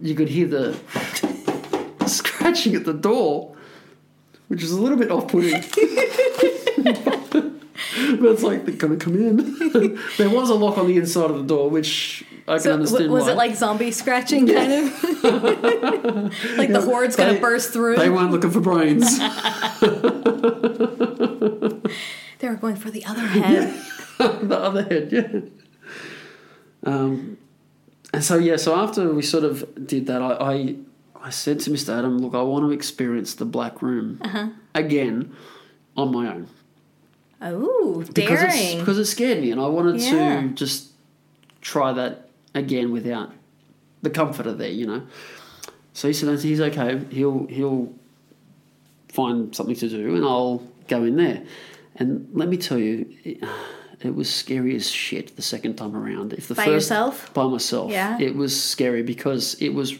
D: you could hear the (laughs) scratching at the door, which is a little bit off-putting. (laughs) but it's like they're gonna come in. (laughs) there was a lock on the inside of the door, which I can
E: So
D: understand.
E: w- was
D: why.
E: it like zombie scratching kind of? (laughs) like the horde's gonna
D: They-
E: burst through. (laughs)
D: They
E: They,
D: weren't looking for
E: (laughs)
D: brains.
E: were going for the other head.
D: (laughs) the other head, yeah. Um, and so yeah, so after we sort of did that, I I, I said to Mr. Adam, look, I want to experience the black room again on my own
E: Oh,
D: because it's,
E: daring.
D: because it scared me, and I wanted
E: Yeah.
D: to just try that again without the comforter there, you know. So he said "No, he's okay. He'll he'll find something to do, and I'll go in there. And let me tell you, it, it was scary as shit the second time around. If the
E: By
D: first,
E: yourself?
D: by myself,
E: Yeah.
D: it was scary because it was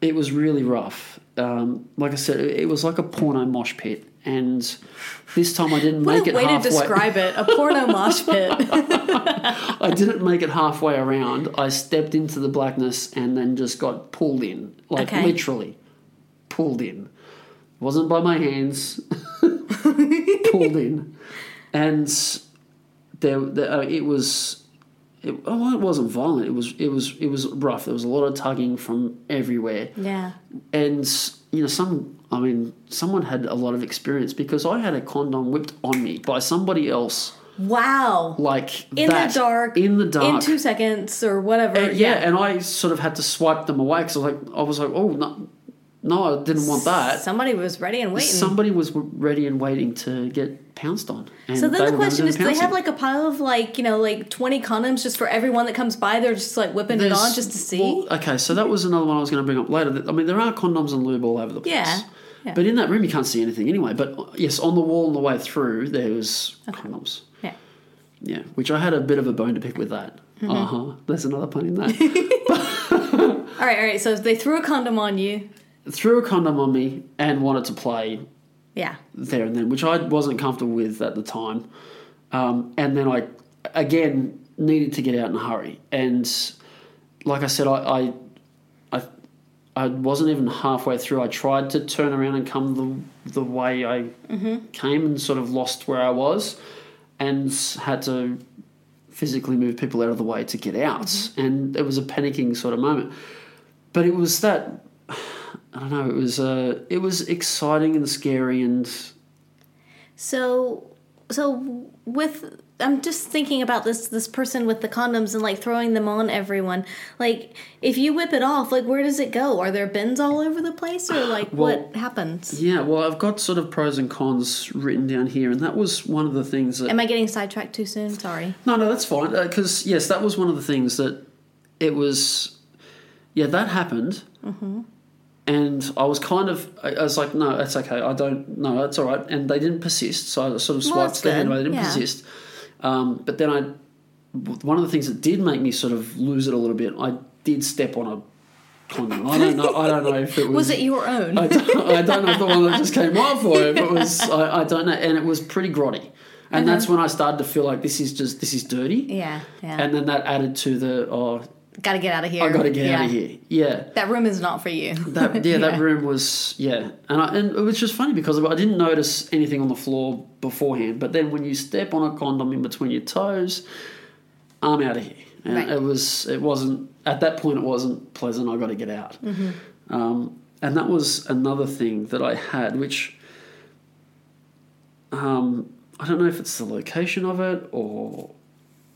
D: it was really rough. Um, like I said, it it was like a porno mosh pit, and this time I didn't
E: What
D: make
E: a
D: it
E: way to
D: halfway.
E: describe it. A porno
D: (laughs)
E: mosh pit.
D: I didn't make it halfway around. I stepped into the blackness and then just got pulled in, like
E: Okay.
D: literally pulled in. Wasn't by my hands, (laughs) pulled in, and there, there uh, it was. It, oh, well, it wasn't violent. It was it was it was rough. There was a lot of tugging from everywhere
E: yeah.
D: and you know some i mean someone had a lot of experience because i had a condom whipped on me by somebody else
E: Wow.
D: like
E: in
D: that,
E: the dark.
D: in the dark
E: In two seconds or whatever.
D: And- Uh, yeah and i sort of had to swipe them away because i was like i was like oh no no i didn't want that
E: Somebody was ready and waiting.
D: somebody was ready and waiting to get pounced on and
E: so
D: they
E: then the
D: were
E: question
D: gonna
E: is, do they have
D: pouncing.
E: like a pile of like you know like twenty condoms just for everyone that comes by? They're just like whipping it
D: There's-
E: on just to see.
D: well, okay, so that was another one I was going to bring up later. That- I mean, there are condoms and lube all over the place.
E: Yeah, yeah.
D: But in that room, you can't see anything anyway. But uh, yes, on the wall on the way through, there was condoms.
E: yeah. Mm-hmm.
D: Yeah, which I had a bit of a bone to pick with that. Uh huh. There's another pun in that. (laughs)
E: All right, all right. So they threw a condom on you.
D: Threw a condom on me and wanted to play
E: Yeah.
D: there and then, which I wasn't comfortable with at the time. Um, and then I, again, needed to get out in a hurry. And like I said, I, I, I, I wasn't even halfway through. I tried to turn around and come the, the way I came and sort of lost where I was and had to physically move people out of the way to get out. And it was a panicking sort of moment. But it was that I don't know. It was uh, it was exciting and scary, and
E: So, so with I'm just thinking about this this person with the condoms and like throwing them on everyone. Like, if you whip it off, like where does it go? Are there bins all over the place, or
D: (sighs)
E: like what happens?
D: yeah. Well, I've got sort of pros and cons written down here, and that was one of the things that.
E: Am I getting sidetracked too soon? Sorry.
D: no, no, that's fine. Because yes, that was one of the things that it was. Yeah, that happened,
E: Mm-hmm.
D: and I was kind of I, I was like, no, that's okay. I don't. No, that's all right. And they didn't persist, so I sort of
E: Well,
D: swiped
E: that's
D: their hand
E: good,
D: away. They didn't
E: yeah.
D: persist. Um, but then I, one of the things that did make me sort of lose it a little bit, I did step on a. Condom. I don't know. I don't know if it was.
E: (laughs) Was it your own?
D: I don't, I don't know if the one that just came off or if it was I, I don't know and it was pretty grotty and that's when I started to feel like this is just this is dirty
E: Uh-huh. yeah, yeah.
D: and then that added to the oh
E: got to get out of here.
D: I got to get
E: yeah.
D: out of here yeah
E: That room is not for you.
D: that yeah, that room was yeah, and I, and it was just funny because I didn't notice anything on the floor beforehand, but then when you step on a condom in between your toes, I'm out of here, and
E: Right.
D: it was it wasn't at that point it wasn't pleasant. I got to get out, um, and that was another thing that I had, which um, I don't know if it's the location of it or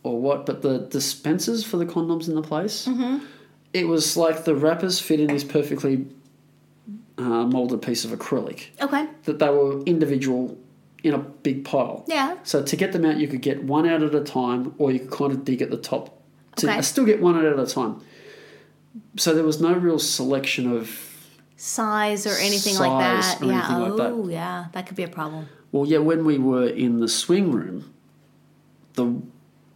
D: or what, but the dispensers for the condoms in the place it was like the wrappers fit in this perfectly uh, molded piece of acrylic
E: (laughs) okay.
D: that they were individual in a big pile.
E: Yeah.
D: So to get them out, you could get one out at a time, or you could kind of dig at the top to
E: Okay.
D: still get one out at a time. so there was no real selection of
E: Size or anything like
D: Size
E: that.
D: or
E: yeah.
D: anything like that.
E: oh, yeah. That could be a problem.
D: well yeah when we were in the swing room the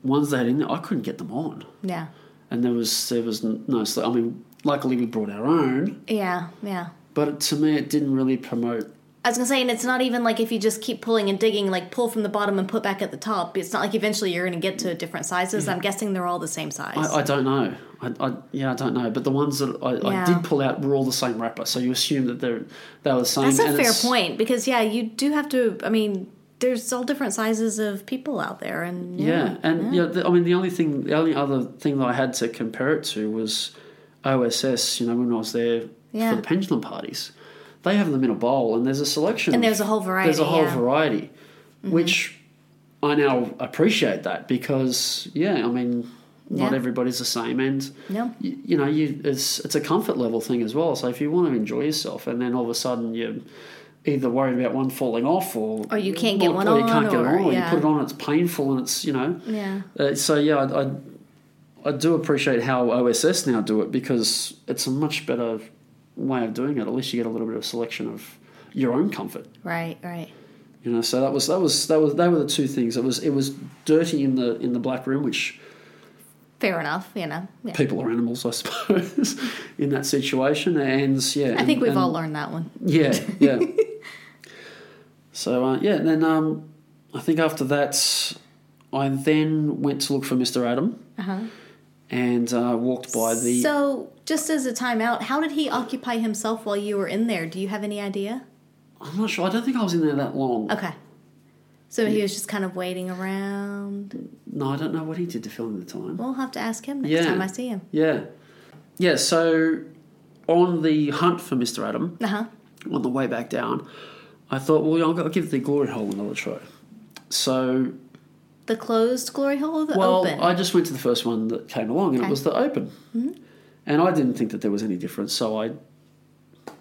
D: ones they had in there i couldn't get them on
E: Yeah.
D: and there was there was no sele- i mean luckily we brought our own
E: Yeah. Yeah.
D: but to me it didn't really promote
E: I was gonna say, and it's not even like if you just keep pulling and digging, like pull from the bottom and put back at the top. It's not like eventually you're gonna get to different sizes. I'm guessing they're all the same size.
D: I, I don't know. I, I yeah, I don't know. But the ones that I, I
E: Yeah.
D: did pull out were all the same wrapper, so you assume that they're they were the same.
E: That's a
D: and
E: fair
D: it's-
E: point because yeah, you do have to. I mean, there's all different sizes of people out there, and
D: Yeah, and yeah, the, I mean the only thing, the only other thing that I had to compare it to was OSS. You know, when I was there
E: Yeah.
D: for the pendulum parties, they have them in a bowl, and there's a selection.
E: And
D: of-
E: there's a whole variety,
D: There's a whole
E: yeah. Mm-hmm.
D: variety, which I now appreciate that because yeah, I mean. Not
E: Yeah.
D: everybody's the same, and
E: No.
D: you, you know, you it's it's a comfort level thing as well. So if you want to enjoy yourself, and then all of a sudden you're either worried about one falling off, or
E: Or you can't get one
D: or you can't
E: on,
D: get
E: or-
D: it on, or
E: yeah.
D: you put it on, it's painful, and it's you know,
E: Yeah.
D: uh, so yeah, I, I I do appreciate how OSS now do it because it's a much better way of doing it. At least you get a little bit of selection of your own comfort.
E: right, right,
D: You know, so that was that was that was they were the two things. It was it was dirty in the in the black room, which
E: fair enough. You know, yeah.
D: people are animals, I (laughs) suppose, in that situation. And yeah,
E: I think we've all learned that one.
D: Yeah,
E: (laughs)
D: yeah. so uh, yeah, and then um, I think after that, I then went to look for Mister Adam, and uh, walked by the.
E: Uh-huh. So, just as a timeout, how did he occupy himself while you were in there? Do you have any idea?
D: I'm not sure. I don't think I was in there that long.
E: Okay. So he was just kind of waiting around.
D: No, I don't know what he did to fill in the time.
E: We'll have to ask him next
D: yeah,
E: time I see him.
D: Yeah, yeah. So on the hunt for Mister Adam,
E: Uh huh.
D: on the way back down, I thought, well, I'll, I'll give the glory hole another try. So
E: The closed glory hole or the
D: Well,
E: open?
D: I just went to the first one that came along, and it was the open. And I didn't think that there was any difference, so I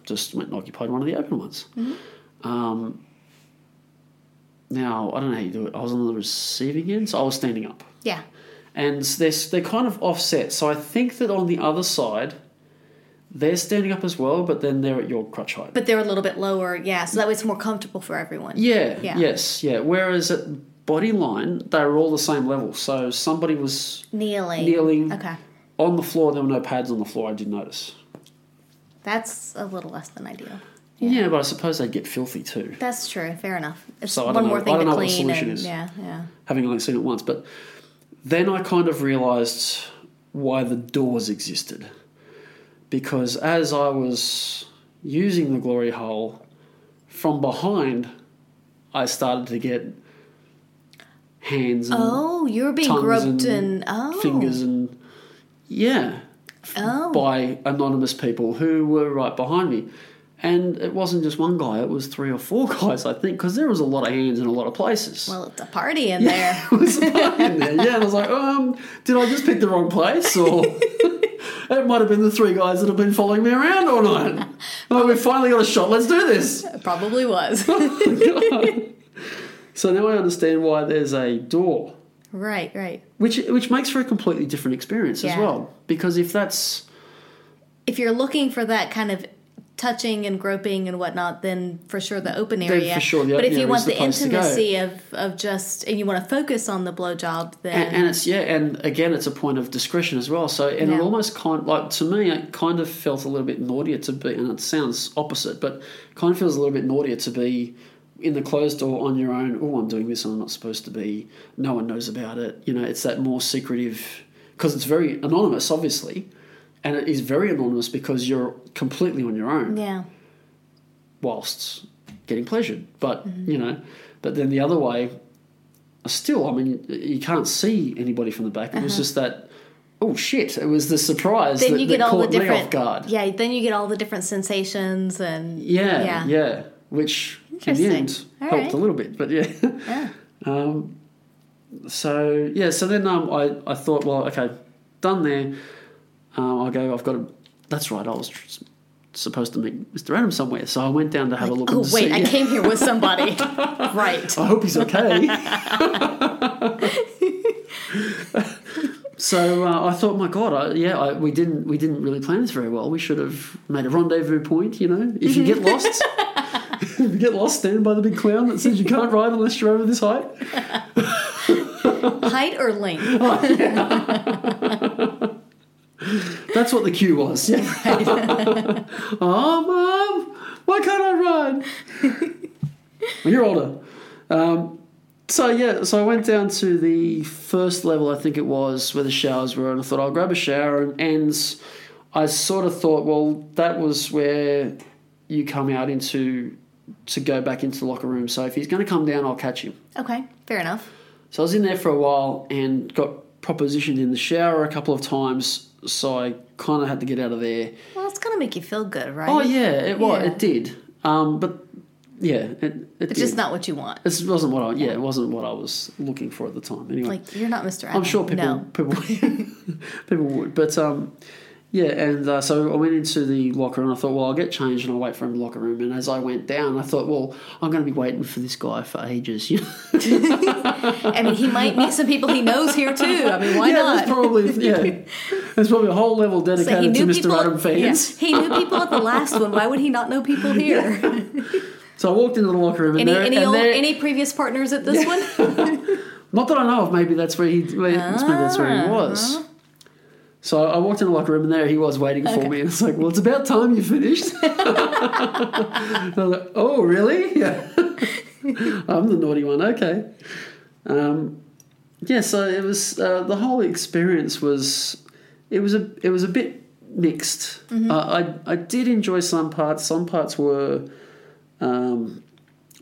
D: just went and occupied one of the open ones. Um, now I don't know how you do it. I was on the receiving end, so I was standing up,
E: yeah.
D: and they're they're kind of offset. So I think that on the other side, they're standing up as well, but then they're at your crutch height.
E: But they're a little bit lower, yeah, so that way it's more comfortable for everyone.
D: yeah,
E: Yeah.
D: yes, yeah. Whereas at body line, they were all the same level. So somebody was
E: Kneeling.
D: kneeling.
E: Okay.
D: On the floor, there were no pads on the floor. I did notice.
E: That's a little less than ideal.
D: Yeah, but I suppose they'd get filthy too,
E: That's true, fair enough. It's
D: So I don't
E: one
D: know-
E: more
D: I
E: thing
D: don't
E: to
D: know what the
E: clean.
D: solution
E: and,
D: is.
E: Yeah, yeah.
D: having only seen it once. But then I kind of realised why the doors existed, because as I was using the glory hole from behind, I started to get hands and
E: Oh, you're being
D: tongues
E: groped
D: and
E: and, oh
D: fingers and yeah,
E: oh
D: by anonymous people who were right behind me. And it wasn't just one guy, it was three or four (laughs) guys, I think, because there was a lot of hands in a lot of places.
E: well it's a party in
D: (laughs)
E: there.
D: It (laughs) was a party in there. Yeah, and I was like, um, did I just pick the wrong place? Or (laughs) it might have been the three guys that have been following me around all night. Oh, we've finally got a shot, let's do this.
E: It probably was. (laughs)
D: So now I understand why there's a door,
E: right, right.
D: which, which makes for a completely different experience as
E: Yeah.
D: well. Because if that's
E: If you're looking for that kind of touching and groping and whatnot, then for sure the open area.
D: for sure the
E: but
D: open
E: if you
D: area
E: want
D: is the
E: the,
D: place to go.
E: intimacy of, of just and you want to focus on the blowjob, then
D: and, and it's yeah, and again, it's a point of discretion as well. So, and it
E: Yeah.
D: almost kind like to me, it kind of felt a little bit naughtier to be, and it sounds opposite, but kind of feels a little bit naughtier to be in the closed door on your own. Oh, I'm doing this, and I'm not supposed to be. No one knows about it. You know, it's that more secretive because it's very anonymous, obviously, and it is very anonymous because you're completely on your own
E: yeah,
D: whilst getting pleasured. But
E: Mm-hmm.
D: you know, but then the other way, still, I mean, you can't see anybody from the back. It was just that. Oh shit! It was the surprise
E: Uh-huh. then
D: that,
E: you get
D: that
E: all the
D: caught me
E: different
D: off guard.
E: yeah. Then you get all the different sensations and
D: yeah,
E: yeah.
D: yeah, Which in the
E: Interesting.
D: end
E: All
D: helped
E: right.
D: a little bit, but yeah.
E: Yeah.
D: (laughs) Um, so yeah, so then um, I I thought, well, okay, done there. Um, I'll go. I've got a. That's right. I was tr- supposed to meet Mr. Adams somewhere, so I went down to have a look.
E: Oh
D: and to
E: wait,
D: see-
E: I came here with
D: (laughs)
E: somebody. right.
D: I hope he's okay. (laughs) So uh, I thought, my God, I, yeah, I, we didn't we didn't really plan this very well. We should have made a rendezvous point. You know, if you get lost, (laughs) if you get lost, stand by the big clown that says you can't ride unless you're over this height.
E: Height or length?
D: (laughs) That's what the cue was. (laughs) oh, mom, why can't I run? Well, You're older. Um, so yeah, so I went down to the first level, I think it was, where the showers were, and I thought I'll grab a shower, and, and I sort of thought, well, that was where you come out into to go back into the locker room. So if he's going to come down, I'll catch him.
E: Okay, fair enough.
D: So I was in there for a while and got propositioned in the shower a couple of times. So I kind of had to get out of there.
E: Well, it's gonna make you feel good, right?
D: Oh yeah, it was.
E: Yeah.
D: It did. Um, but yeah, it, it
E: It's just
D: did.
E: not what you want.
D: It wasn't what I. Yeah, it wasn't what I was looking for at the time. Anyway,
E: Like you're not Mr. Adam.
D: I'm sure people
E: No.
D: people people would, (laughs) but um, yeah. And uh, so I went into the locker and I thought, well, I'll get changed and I'll wait for him in the locker room. And as I went down, I thought, well, I'm going to be waiting for this guy for ages. (laughs) You know?
E: I mean, he might
D: (laughs)
E: meet some people he knows here too. I mean, why
D: yeah,
E: not?
D: there's
E: (laughs)
D: probably yeah, there's probably a whole level
E: So he
D: dedicated
E: knew
D: to Mr.
E: people.
D: Adam fans.
E: yeah, he knew people at the last one. Why would he not know people here?
D: So I walked into the locker room and
E: Any
D: there,
E: any
D: and
E: old,
D: there-
E: any previous partners at this one?
D: Not that I know of. Maybe that's where he. Maybe that's where
E: Ah.
D: he was. So I walked in the locker room and there he was waiting for me. And it's like, well, it's about time you finished. and I was like, oh, really? (laughs) Yeah. I'm the naughty one. Okay. Um, yeah. So it was uh, the whole experience was it was a it was a bit mixed. Uh, I I did enjoy some parts. Some parts were. Um,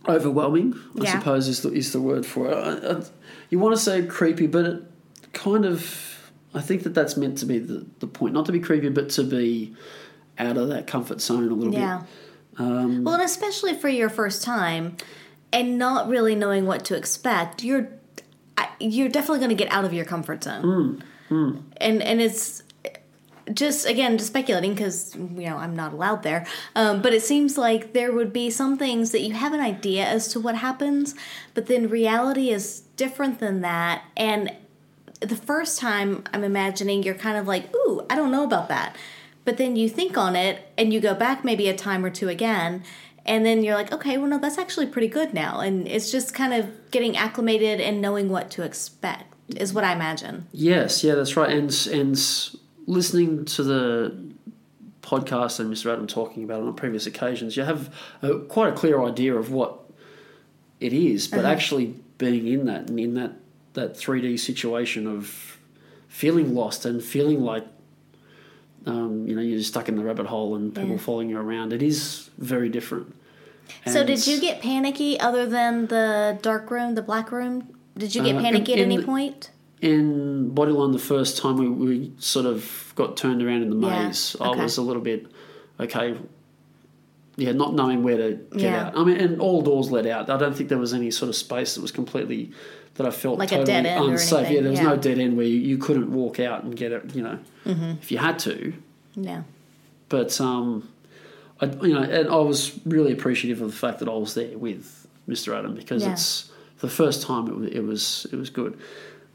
D: overwhelming, I
E: Yeah.
D: suppose, is the, is the word for it. I, I, you want to say creepy, but it kind of. I think that that's meant to be the, the point. Not to be creepy, but to be out of that comfort zone a little
E: Yeah. well, and especially for your first time, and not really knowing what to expect, you're I- you're definitely going to get out of your comfort zone. And and it's just again just speculating because you know I'm not allowed there, um, but it seems like there would be some things that you have an idea as to what happens, but then reality is different than that, and the first time I'm imagining you're kind of like, ooh, I don't know about that. But then you think on it and you go back maybe a time or two again. And then you're like, okay, well, no, that's actually pretty good now. And it's just kind of getting acclimated and knowing what to expect, is what I imagine.
D: bit. Yes, yeah, that's right. And and listening to the podcast and Mr. Adam talking about it on previous occasions, you have a, quite a clear idea of what it is.
E: Uh-huh.
D: But actually being in that and in that that three D situation of feeling lost and feeling like um, you know you're stuck in the rabbit hole and people following you around, it is very different.
E: so,
D: And-
E: did you get panicky other than the dark room, the black room? Did you get
D: Uh,
E: panicky at
D: in-
E: any
D: in-
E: point?
D: in Bodyline the first time we, we sort of got turned around in the
E: Yeah,
D: maze, I
E: okay.
D: was a little bit okay. Yeah, not knowing where to get
E: Yeah.
D: out. I mean, and all doors led out. I don't think there was any sort of space that was completely that I felt
E: Like a
D: totally
E: dead end or
D: unsafe. yeah,
E: anything,
D: there was
E: yeah. Mm-hmm.
D: no dead end where you, you couldn't walk out and get it. You know, if you had to,
E: No.
D: but um, I, you know, and I was really appreciative of the fact that I was there with Mr. Adam because
E: Yeah.
D: it's the first time it, wa- it was it was good.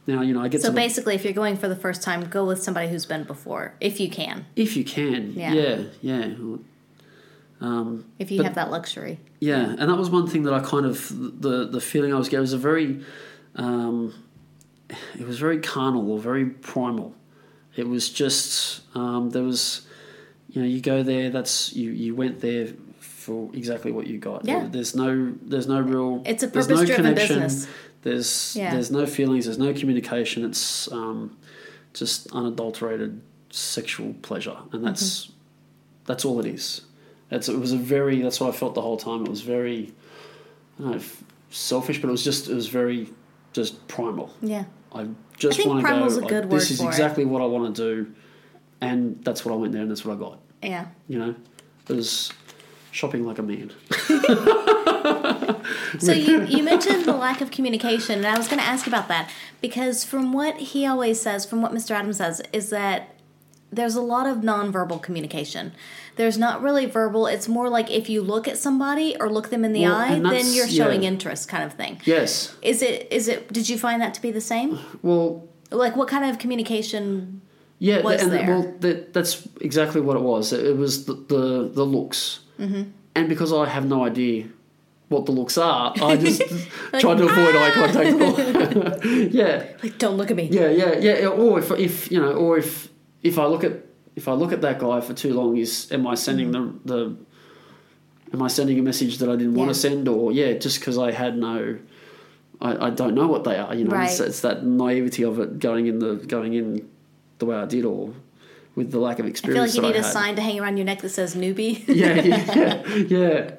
D: Now you know I get
E: So,
D: to the-
E: basically, if you're going for the first time, go with somebody who's been before, if you can,
D: If you can,
E: Yeah.
D: yeah, yeah, yeah.
E: if you have that luxury.
D: And that was one thing that I kind of the the feeling I was getting was a very, um, it was very carnal or very primal. It was just um, there was, you know, you go there. That's you. You went there for exactly what you got.
E: Yeah.
D: There- there's no there's no real.
E: It's a
D: there's no
E: purpose-driven
D: connection.
E: business.
D: There's
E: Yeah.
D: there's no feelings. There's no communication. It's um, just unadulterated sexual pleasure, and that's
E: Mm-hmm.
D: that's all it is. That's it was a very that's what I felt the whole time. It was very, I don't know, f- selfish, but it was just it was very just primal.
E: Yeah.
D: I just
E: I think
D: want to go.
E: primal's a
D: like,
E: good
D: this
E: word
D: is
E: for it.
D: exactly what I want to do, and that's what I went there and that's what I got.
E: Yeah.
D: You know, it was shopping like a man.
E: So you, you mentioned the lack of communication, and I was going to ask about that because from what he always says, from what Mr. Adams says, is that there's a lot of nonverbal communication. There's not really verbal. It's more like if you look at somebody or look them in the
D: Well,
E: eye,
D: and
E: then
D: that's-
E: you're showing
D: yeah.
E: interest, kind of thing.
D: yes.
E: Is it? Is it? Did you find that to be the same?
D: Well,
E: Like, what kind of communication?
D: Yeah,
E: was
D: and
E: there.
D: well, that, that's exactly what it was. It was the the, the looks, mm-hmm. and because I have no idea what the looks are, I
E: (laughs)
D: just tried to avoid
E: "Ah!"
D: eye contact. (laughs) yeah,
E: Like, don't look at me.
D: yeah, yeah, yeah. Or if if you know, or if if I look at if I look at that guy for too long, is am I sending the the am I sending a message that I didn't want
E: Yeah.
D: to send, or yeah, just because I had no. I, I don't know what they are, you know. It's,
E: Right.
D: it's that naivety of it going in the going in the way I did, or with the lack of
E: I feel like
D: experience.
E: you need
D: that
E: a
D: I had.
E: sign to hang around your neck that says newbie.
D: Yeah, yeah, yeah,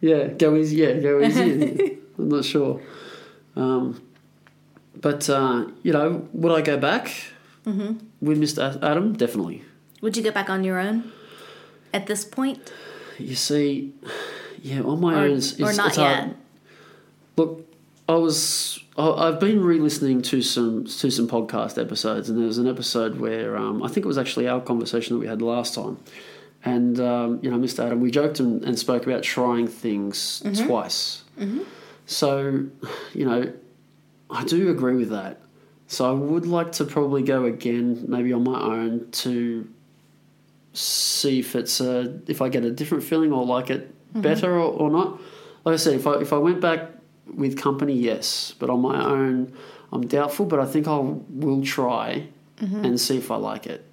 D: yeah. Go easy, yeah, go easy. I'm not sure, um, but uh, you know, would I go back
E: Mm-hmm.
D: with Mr. Adam? Definitely.
E: (laughs) Would you go back on your own at this point,
D: You see, yeah, on my
E: or,
D: own is,
E: or
D: is-
E: not
D: it's hard.
E: yet?
D: Look, I was I- I've been re-listening to some to some podcast episodes, and there was an episode where um, I think it was actually our conversation that we had last time, and um, you know, Mr. Adam, we joked and, and spoke about trying things twice. So, you know, I do agree with that. So I would like to probably go again, maybe on my own, to see if it's a, if I get a different feeling or like it better or, or not. Like I said, if I if I went back with company, yes, but on my own, I'm doubtful. But I think I will try
E: Mm-hmm.
D: and see if I like it.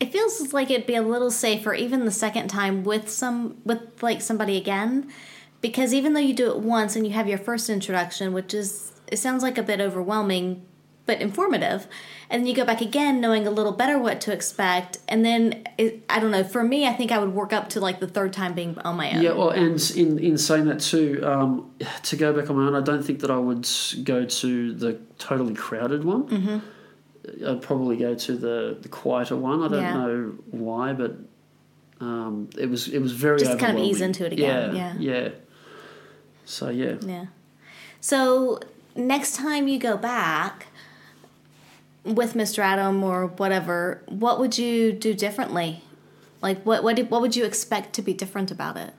E: It feels like it'd be a little safer even the second time with some with like somebody again because even though you do it once and you have your first introduction which is it sounds like a bit overwhelming but informative and then you go back again knowing a little better what to expect and then it, I don't know for me I think I would work up to like the third time being on my own.
D: Yeah, well, and in, in saying that too, um, to go back on my own, I don't think that I would go to the totally crowded one. I'd probably go to the, the quieter one. I don't
E: Mm-hmm. Yeah.
D: know why, but um, it was it was very
E: Just kind of ease
D: overwhelming.
E: into it again,
D: yeah, yeah. So yeah,
E: Yeah. So next time you go back with Mr. Adam or whatever, what would you do differently? Like what what did, what would you expect to be different about it?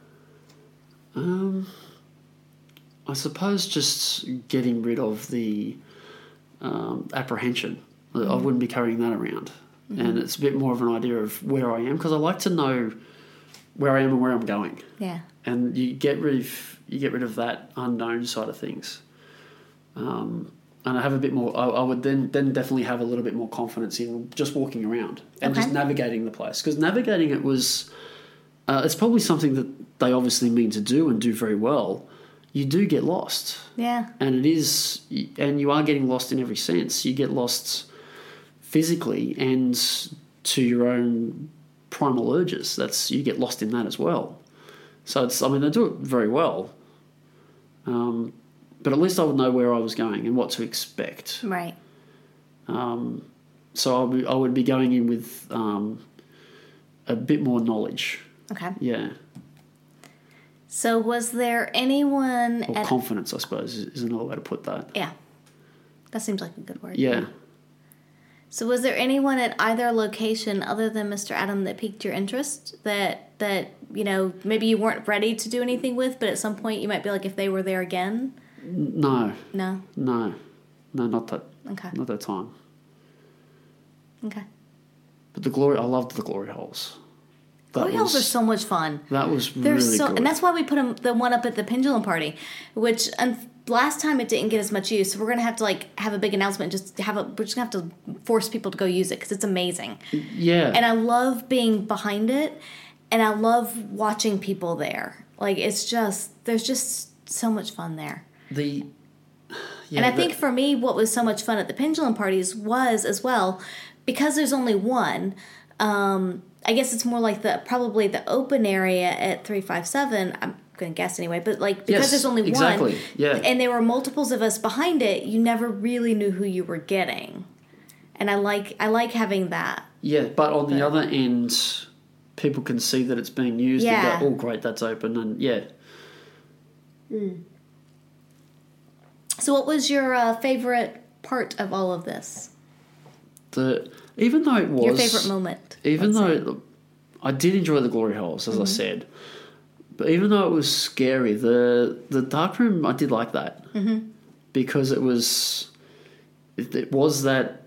D: Um, I suppose just getting rid of the um, apprehension. I wouldn't be carrying that around, and it's a bit more of an idea of where I am because I like to know where I am and where I'm going.
E: Yeah.
D: And you get rid of you get rid of that unknown side of things. Um, and I have a bit more. I, I would then then definitely have a little bit more confidence in just walking around and just
E: Okay.
D: navigating the place because navigating it was. Uh, it's probably something that they obviously mean to do and do very well. You do get lost,
E: Yeah.
D: and it is, and you are getting lost in every sense. You get lost physically and to your own primal urges. That's you get lost in that as well. So it's, I mean, they do it very well. Um, but at least I would know where I was going and what to expect.
E: Right.
D: So I would- I would be going in with um, a bit more knowledge.
E: Okay.
D: Yeah.
E: So was there anyone
D: or
E: at
D: confidence, I suppose, is is another way to put that.
E: Yeah. That seems like a good word.
D: Yeah.
E: So was there anyone at either location other than Mr. Adam that piqued your interest that that, you know, maybe you weren't ready to do anything with, but at some point you might be like if they were there again?
D: No,
E: No.
D: no, no, not that,
E: Okay.
D: not that time.
E: Okay.
D: But the glory, I loved the glory holes. That
E: Glory holes Oh, are so much fun.
D: That was
E: They're
D: really
E: so,
D: good.
E: and that's why we put 'em- the one up at the Pendulum Party, which un- last time it didn't get as much use. So we're gonna have to like have a big announcement. Just have a, we're just gonna have to force people to go use it because it's amazing.
D: yeah.
E: And I love being behind it, and I love watching people there. Like it's just there's just so much fun there.
D: the yeah,
E: And I
D: the-
E: think for me, what was so much fun at the pendulum parties was as well, because there's only one. Um, I guess it's more like the probably the open area at three five seven. I'm gonna guess anyway, but like because
D: Yes,
E: there's only
D: exactly,
E: one,
D: yeah.
E: and there were multiples of us behind it. You never really knew who you were getting, and I like I like having that.
D: yeah, but on the other end, people can see that it's being used
E: Yeah.
D: and go, "Oh, great, that's open," and yeah,
E: So, what was your uh, favorite part of all of this?
D: the even though it was
E: Your favorite moment?
D: even though I did enjoy the glory holes, as I said, but even though it was scary, the the dark room I did like that mm-hmm. because it was it, it was that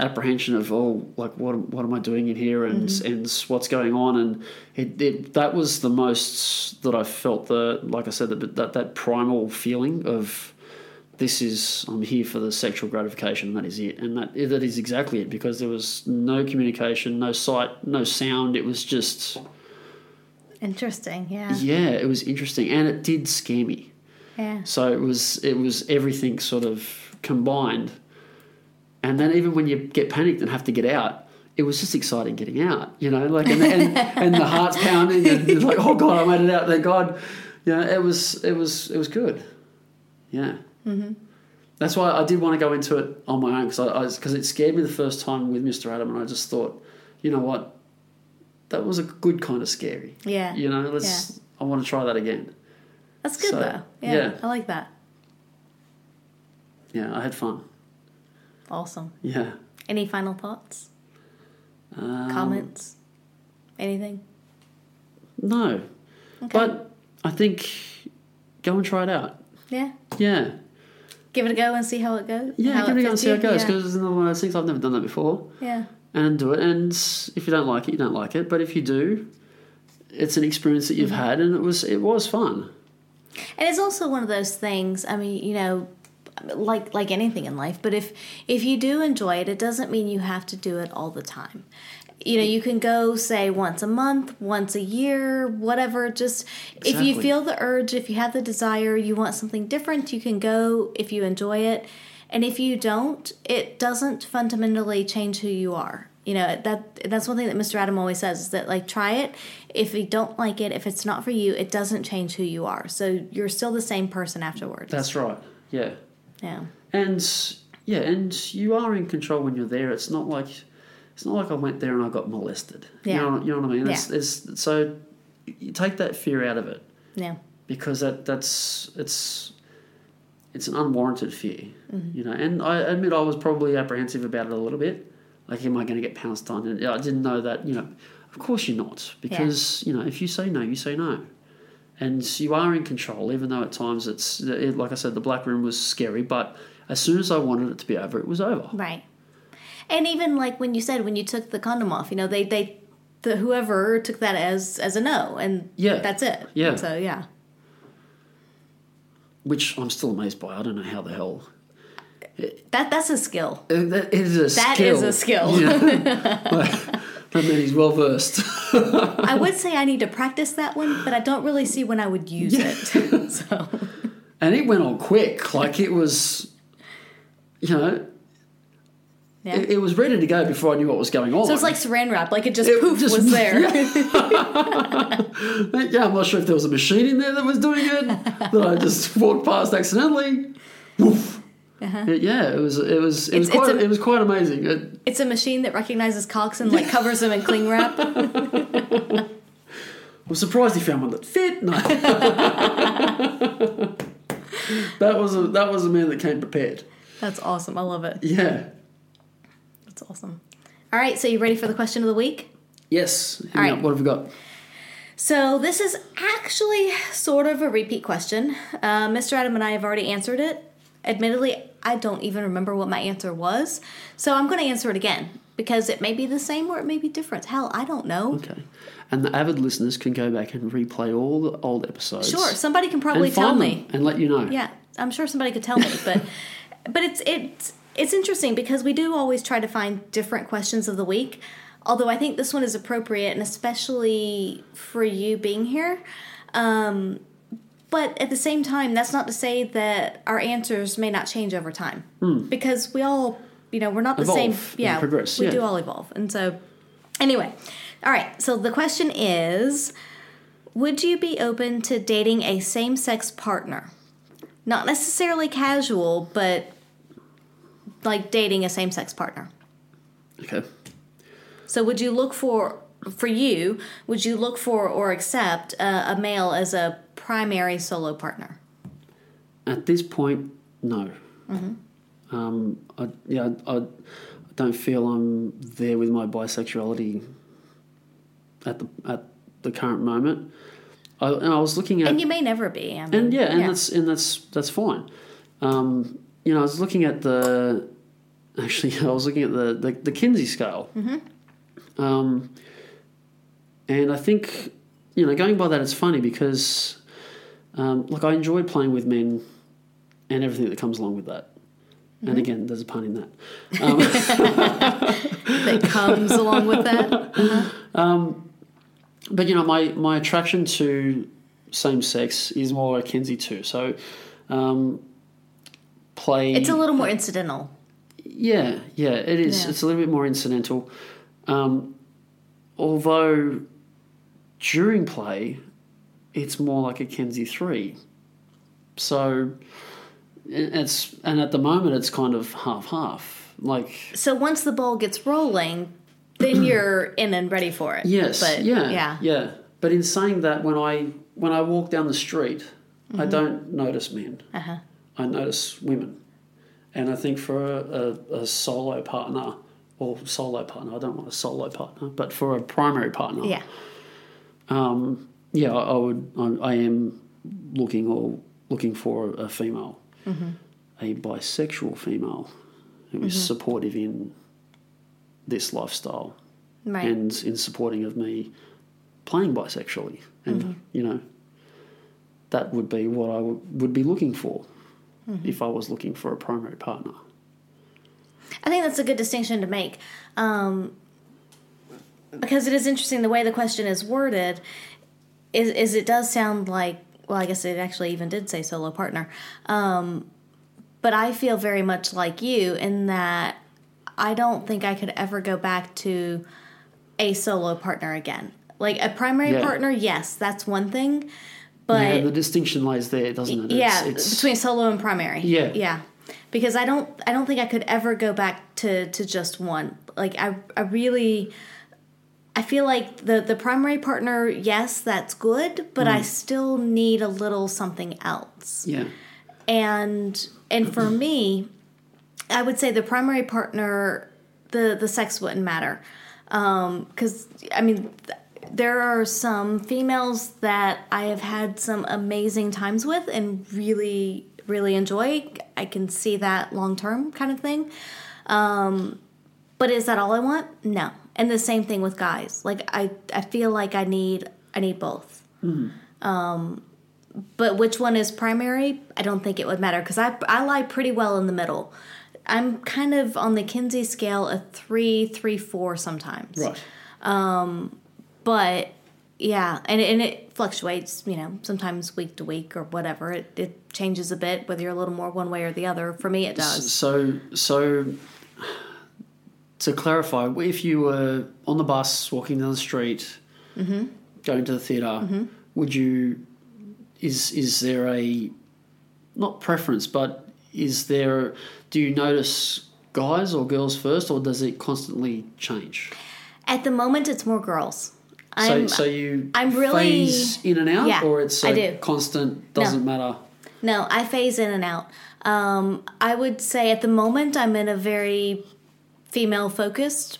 D: apprehension of oh like what what am I doing in here and and what's going on and it, it that was the most that I felt the like I said that that that primal feeling of this is I'm here for the sexual gratification and that is it and that that is exactly it because there was no communication no sight no sound it was just
E: Interesting. Yeah.
D: yeah it was interesting and it did scare me
E: Yeah.
D: so it was it was everything sort of combined. And then even when you get panicked and have to get out, it was just exciting getting out, you know, like and and, and the heart's pounding and it's like, oh god, I made it out, thank God. You know, it was it was it was good. Yeah. Mm-hmm. That's why I did want to go into it on my own because I because it scared me the first time with Mr. Adam, and I just thought, you know what, that was a good kind of scary.
E: Yeah.
D: You know, let's. I want to try that again.
E: That's good
D: So,
E: though. Yeah,
D: yeah.
E: I like that.
D: Yeah, I had fun.
E: Awesome.
D: Yeah.
E: Any final thoughts?
D: Um,
E: Comments? Anything?
D: No. But I think go and try it out.
E: Yeah.
D: Yeah.
E: Give it a go and see how it goes.
D: Yeah,
E: how
D: give it a go and
E: fits
D: see how it
E: you.
D: goes
E: Yeah.
D: because it's another one of those things I've never done that before.
E: yeah.
D: And do it. And if you don't like it, you don't like it. But if you do, it's an experience that you've
E: Mm-hmm.
D: had and it was it was fun.
E: And it's also one of those things. I mean, you know, like like anything in life. But if if you do enjoy it, it doesn't mean you have to do it all the time. You know, you can go say once a month, once a year, whatever. Just if you
D: Exactly.
E: feel the urge, if you have the desire, you want something different, you can go if you enjoy it. And if you don't, it doesn't fundamentally change who you are. You know, that that's one thing that Mr. Adam always says is that like try it. If you don't like it, if it's not for you, it doesn't change who you are. So you're still the same person afterwards.
D: That's right. Yeah.
E: yeah.
D: And yeah, and you are in control when you're there. It's not like it's not like I went there and I got molested.
E: Yeah.
D: You, know, what- you know what I mean?
E: Yeah.
D: It's, it's, so you take that fear out of it.
E: Yeah.
D: because that that's it's it's an unwarranted fear,
E: Mm-hmm.
D: you know. And I admit I was probably apprehensive about it a little bit. Like, am I going to get pounced on? And I didn't know that, you know. Of course you're not, because you know if you say no, you say no, and you are in control. Even though at times it's it, like I said, the black room was scary, but as soon as I wanted it to be over, it was over.
E: Right. And even like when you said when you took the condom off, you know, they they the whoever took that as as a no and
D: Yeah.
E: that's it.
D: Yeah.
E: So yeah.
D: Which I'm still amazed by. I don't know how the hell
E: That that's a skill.
D: it it is a
E: That
D: skill.
E: is a skill.
D: That man is well versed.
E: I would say I need to practice that one, but I don't really see when I would use
D: (laughs)
E: it. so
D: and it went on quick. Like it was, you know,
E: yeah.
D: it, it was ready to go before I knew what was going on.
E: so it's like saran wrap, like it just
D: It
E: poof
D: just- (laughs)
E: was there.
D: yeah, I'm not sure if there was a machine in there that was doing it
E: (laughs)
D: that I just walked past accidentally. Woof. It- yeah, it was it was it was
E: Uh-huh.
D: quite
E: It's- it's a-
D: it was quite amazing. It,
E: (laughs) it's a machine that recognizes cocks and like covers them in cling wrap.
D: I'm surprised he found one that (laughs) fit. No. that was a that was a man that came prepared.
E: That's awesome. I love it.
D: Yeah.
E: That's awesome. All right, so you ready for the question of the week?
D: Yes. Hit
E: All
D: me
E: right.
D: up. What have we got?
E: So this is actually sort of a repeat question. Uh, Mr. Adam and I have already answered it. Admittedly, I don't even remember what my answer was, so I'm going to answer it again because it may be the same or it may be different. Hell, I don't know.
D: Okay. And the avid listeners can go back and replay all the old episodes.
E: Sure, somebody can
D: and
E: probably
D: find
E: tell
D: them
E: me.
D: and let you know.
E: Yeah, I'm sure somebody could tell me, but but it's it's it's interesting because we do always try to find different questions of the week. Although I think this one is appropriate and especially for you being here. Um, but at the same time, that's not to say that our answers may not change over time because we all, you know, we're not the same.
D: Hmm. Evolve and progress,
E: we
D: yeah.
E: do all evolve, and so anyway, all right. So the question is. Would you be open to dating a same sex partner? Not necessarily casual, but like dating a same sex partner.
D: Okay.
E: So would you look for for you, would you look for or accept uh, a, a male as a primary solo partner?
D: At this point, no. Um, I, yeah, I, I don't feel I'm there with my bisexuality at the at the current moment. I, and I was looking at
E: And you may never be. I mean,
D: and yeah, and that's and that's that's fine. Um, you know, I was looking at the actually. (laughs) I was looking at the the, the Kinsey scale, um, and I think you know going by that, it's funny because um, like I enjoy playing with men and everything that comes along with that. And again, there's a pun in that.
E: that comes along with
D: (laughs)
E: that.
D: But you know, my my attraction to same sex is more like Kenzie too. So, um, play.
E: It's a little more incidental.
D: Yeah, yeah, it is.
E: Yeah.
D: It's a little bit more incidental. Um, although during play, it's more like a Kenzie three. So it- it's and at the moment it's kind of half half. Like
E: So once the ball gets rolling, then you're in and ready for it.
D: yes,
E: But,
D: yeah,
E: Yeah.
D: yeah. But in saying that, when I when I walk down the street, I don't notice men.
E: Mm-hmm. Uh-huh.
D: I notice women. And I think for a, a, a solo partner, or solo partner, I don't want a solo partner, but for a primary partner,
E: Yeah.
D: yeah, I, I would, I, I am looking or looking for a female,
E: Mm-hmm.
D: a bisexual female who is supportive in this lifestyle
E: Right.
D: and in supporting of me playing bisexually. And,
E: Mm-hmm.
D: you know, that would be what I w- would be looking for
E: Mm-hmm.
D: if I was looking for a primary partner.
E: I think that's a good distinction to make. Um, because it is interesting the way the question is worded is, is it does sound like well I guess it actually even did say solo partner. Um, but I feel very much like you in that I don't think I could ever go back to a solo partner again. Like a primary
D: Yeah.
E: partner, yes, that's one thing. But
D: yeah, the distinction lies there, doesn't it?
E: yeah,
D: It's, it's,
E: between solo and primary.
D: Yeah.
E: yeah. Because I don't, I don't think I could ever go back to to just one. Like I, I really, I feel like the the primary partner, yes, that's good, but
D: Mm.
E: I still need a little something else
D: yeah,
E: and and for me i would say the primary partner the the sex wouldn't matter um because i mean th- there are some females that i have had some amazing times with and really really enjoy i can see that long term kind of thing Um, but is that all I want? No. And the same thing with guys. Like I, I feel like I need I need both. Um, but which one is primary? I don't think it would matter because I I lie pretty well in the middle. I'm kind of on the Kinsey scale a three, three, four sometimes.
D: right.
E: But yeah, and and it fluctuates. You know, sometimes week to week or whatever. It it changes a bit whether you're a little more one way or the other. For me, it does.
D: So, so to clarify, if you were on the bus walking down the street,
E: Mm-hmm.
D: going to the theater would you? Is is there a not preference, but is there? Do you notice guys or girls first, or does it constantly change?
E: At the moment, it's more girls.
D: So,
E: I'm,
D: so you
E: I'm really-
D: phase in and out,
E: Yeah,
D: or it's
E: I
D: a
E: do.
D: constant doesn't matter.
E: No, I phase in and out. Um, I would say at the moment I'm in a very female focused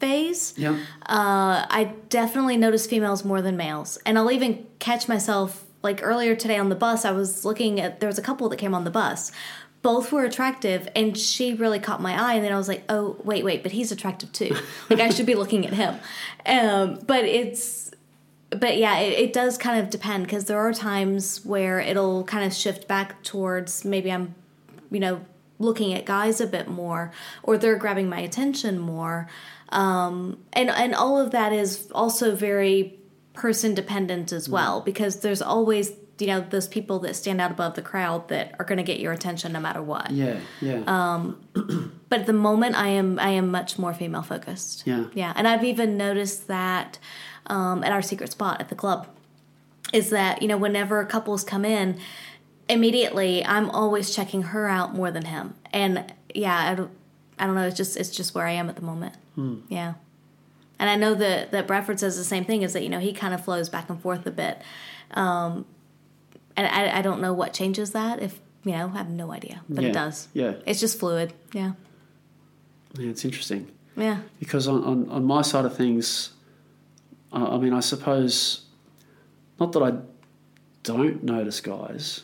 E: phase.
D: Yeah,
E: Uh, I definitely notice females more than males. And I'll even catch myself, like earlier today on the bus, I was looking at, there was a couple that came on the bus. Both were attractive, and she really caught my eye. And then I was like, oh, wait, wait, but he's attractive too. like, I should be looking at him. (laughs) Um, but it's, but yeah, it, it does kind of depend because there are times where it'll kind of shift back towards maybe I'm, you know, looking at guys a bit more or they're grabbing my attention more. Um, and, and all of that is also very person dependent as well because there's always, you know, those people that stand out above the crowd that are going to get your attention no matter what.
D: yeah, yeah.
E: Um, But at the moment, I am I am much more female focused.
D: Yeah.
E: yeah, and I've even noticed that um, at our secret spot at the club is that you know whenever couples come in, immediately I'm always checking her out more than him, and yeah, I don't, I don't know. It's just it's just where I am at the moment.
D: Hmm.
E: Yeah, and I know that that Bradford says the same thing is that you know he kind of flows back and forth a bit, um, and I, I don't know what changes that if you know I have no idea, but
D: Yeah.
E: it does.
D: Yeah.
E: it's just fluid. Yeah.
D: yeah, it's interesting.
E: Yeah.
D: because on, on, on my side of things, I, I mean, I suppose not that I don't notice guys,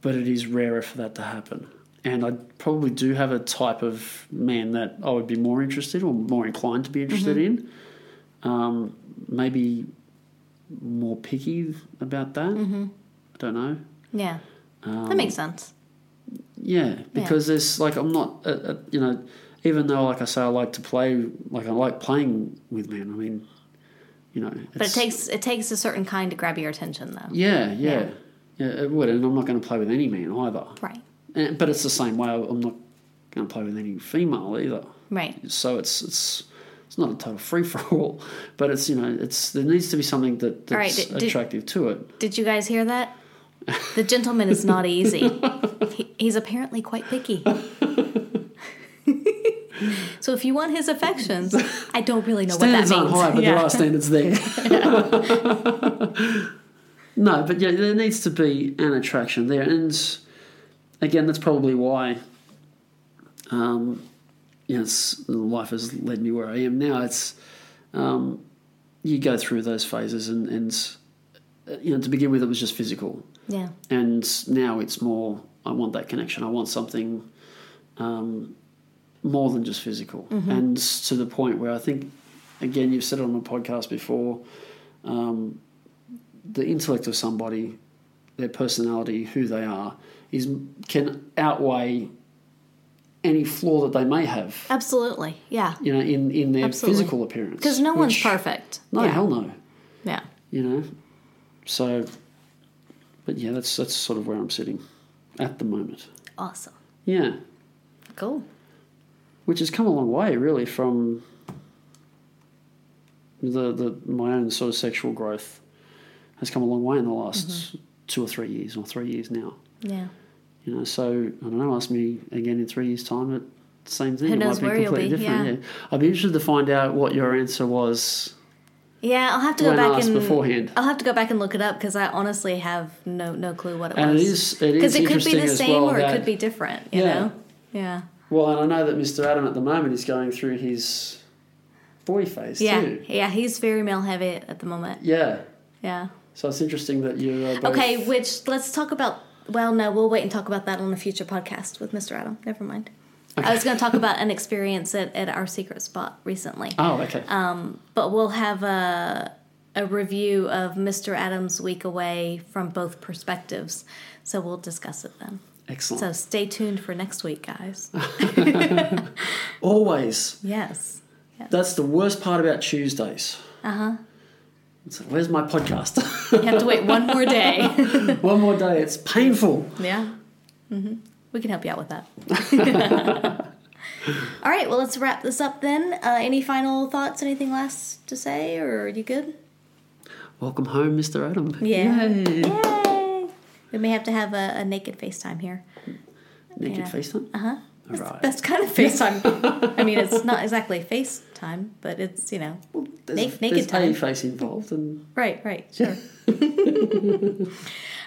D: but it is rarer for that to happen. and I probably do have a type of man that I would be more interested or more inclined to be interested in. Um, maybe more picky about that. I don't know.
E: Yeah. that makes
D: Um,
E: sense.
D: Yeah, because there's like I'm not, uh, uh, you know, even though like I say I like to play, like I like playing with men. I mean, you know,
E: But it takes it takes a certain kind to grab your attention though.
D: Yeah, yeah, yeah. it would, and I'm not going to play with any man either.
E: Right.
D: And, but it's the same way. I'm not going to play with any female either.
E: Right.
D: So it's it's it's not a total free for all, (laughs) but it's you know it's there needs to be something that
E: All right,
D: that's
E: did- did-
D: attractive to it.
E: Did you guys hear that? The gentleman is not easy.
D: (laughs)
E: he, he's apparently quite picky. so if you want his affections, I don't really know
D: Standards
E: what that
D: aren't high,
E: means.
D: but
E: yeah.
D: there are standards there.
E: (laughs)
D: (laughs) no, but yeah, there needs to be an attraction there, and again, that's probably why. Um, yes, life has led me where I am now. It's um, you go through those phases, and and uh, you know to begin with, it was just physical.
E: yeah.
D: and now it's more i want that connection i want something um, more than just physical
E: Mm-hmm.
D: and to the point where i think again you've said it on a podcast before um, the intellect of somebody their personality who they are is can outweigh any flaw that they may have
E: Absolutely. Yeah.
D: you know in, in their
E: Absolutely.
D: physical appearance
E: Because no one's
D: which-
E: perfect.
D: no
E: yeah.
D: hell no
E: Yeah.
D: you know. So, but yeah, that's that's sort of where I'm sitting at the moment.
E: Awesome.
D: Yeah,
E: Cool.
D: which has come a long way, really, from the the my own sort of sexual growth has come a long way in the last
E: Mm-hmm.
D: two or three years, or three years now.
E: Yeah.
D: You know, so I don't know. Ask me again in three years' time, but same thing.
E: Who
D: it might
E: knows
D: be
E: where you'll
D: completely
E: be,
D: different.
E: yeah.
D: I'd be interested to find out what your answer was.
E: Yeah, I'll have to go
D: When
E: back
D: asked
E: and
D: beforehand.
E: I'll have to go back and look it up because I honestly have no no clue what it
D: And it
E: was.
D: is- it is
E: it could be
D: interesting
E: the
D: as
E: same
D: well
E: or it
D: that-
E: could be different. You
D: Yeah.
E: know. Yeah.
D: Well, and I know that Mr. Adam at the moment is going through his boy phase
E: Yeah.
D: too.
E: Yeah. He's very male heavy at the moment.
D: Yeah.
E: Yeah.
D: So it's interesting that you are both.
E: Okay, which let's talk about. Well, no, we'll wait and talk about that on a future podcast with Mr. Adam. Never mind. I was going
D: (laughs)
E: to talk about an experience at, at our secret spot recently,
D: Oh, okay.
E: Um, but we'll have a a review of Mr. Adam's week away from both perspectives. So we'll discuss it then.
D: Excellent.
E: So stay tuned for next week, guys.
D: Always.
E: yes.
D: That's the worst part about Tuesdays. Uh
E: Uh-huh.
D: huh. It's like, where's my podcast? (laughs)
E: You have to wait one more day. (laughs)
D: One more day. It's painful.
E: yeah. hmm We can help you out with that. (laughs) All right, well, let's wrap this up then. Uh, any final thoughts, anything last to say, or are you good?
D: Welcome home, Mr. Adam.
E: Yeah.
D: Yay.
E: Yay! We may have to have a, a naked FaceTime here.
D: Naked
E: Yeah. Uh-huh.
D: FaceTime? Uh huh. All right.
E: That's kind of (laughs) FaceTime. I mean, it's not exactly FaceTime, but it's, you know.
D: There's,
E: naked
D: there's
E: time.
D: a face involved, and (laughs)
E: Right, right, sure. (laughs)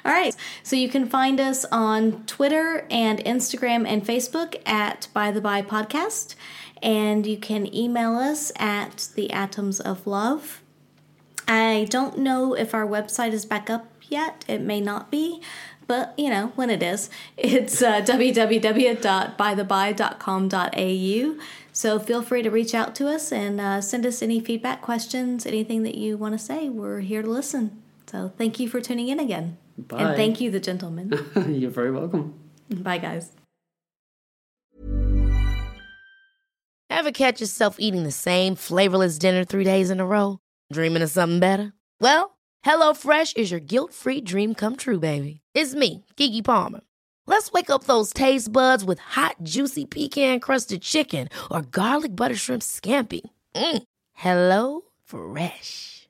E: All right. So you can find us on Twitter and Instagram and Facebook at By the By Podcast. And you can email us at the Atoms of Love. I don't know if our website is back up yet. It may not be, but you know, when it is, (laughs) it's uh, www.bytheby.com.au. So feel free to reach out to us and uh, send us any feedback, questions, anything that you want to say. We're here to listen. So thank you for tuning in again.
D: Bye.
E: And thank you, the gentleman.
D: you're very welcome.
E: (laughs) Bye, guys.
A: Ever catch yourself eating the same flavorless dinner three days in a row? Dreaming of something better? Well, HelloFresh is your guilt free dream come true, baby. It's me, Gigi Palmer. Let's wake up those taste buds with hot, juicy pecan crusted chicken or garlic butter shrimp scampi. Mm. Hello Fresh.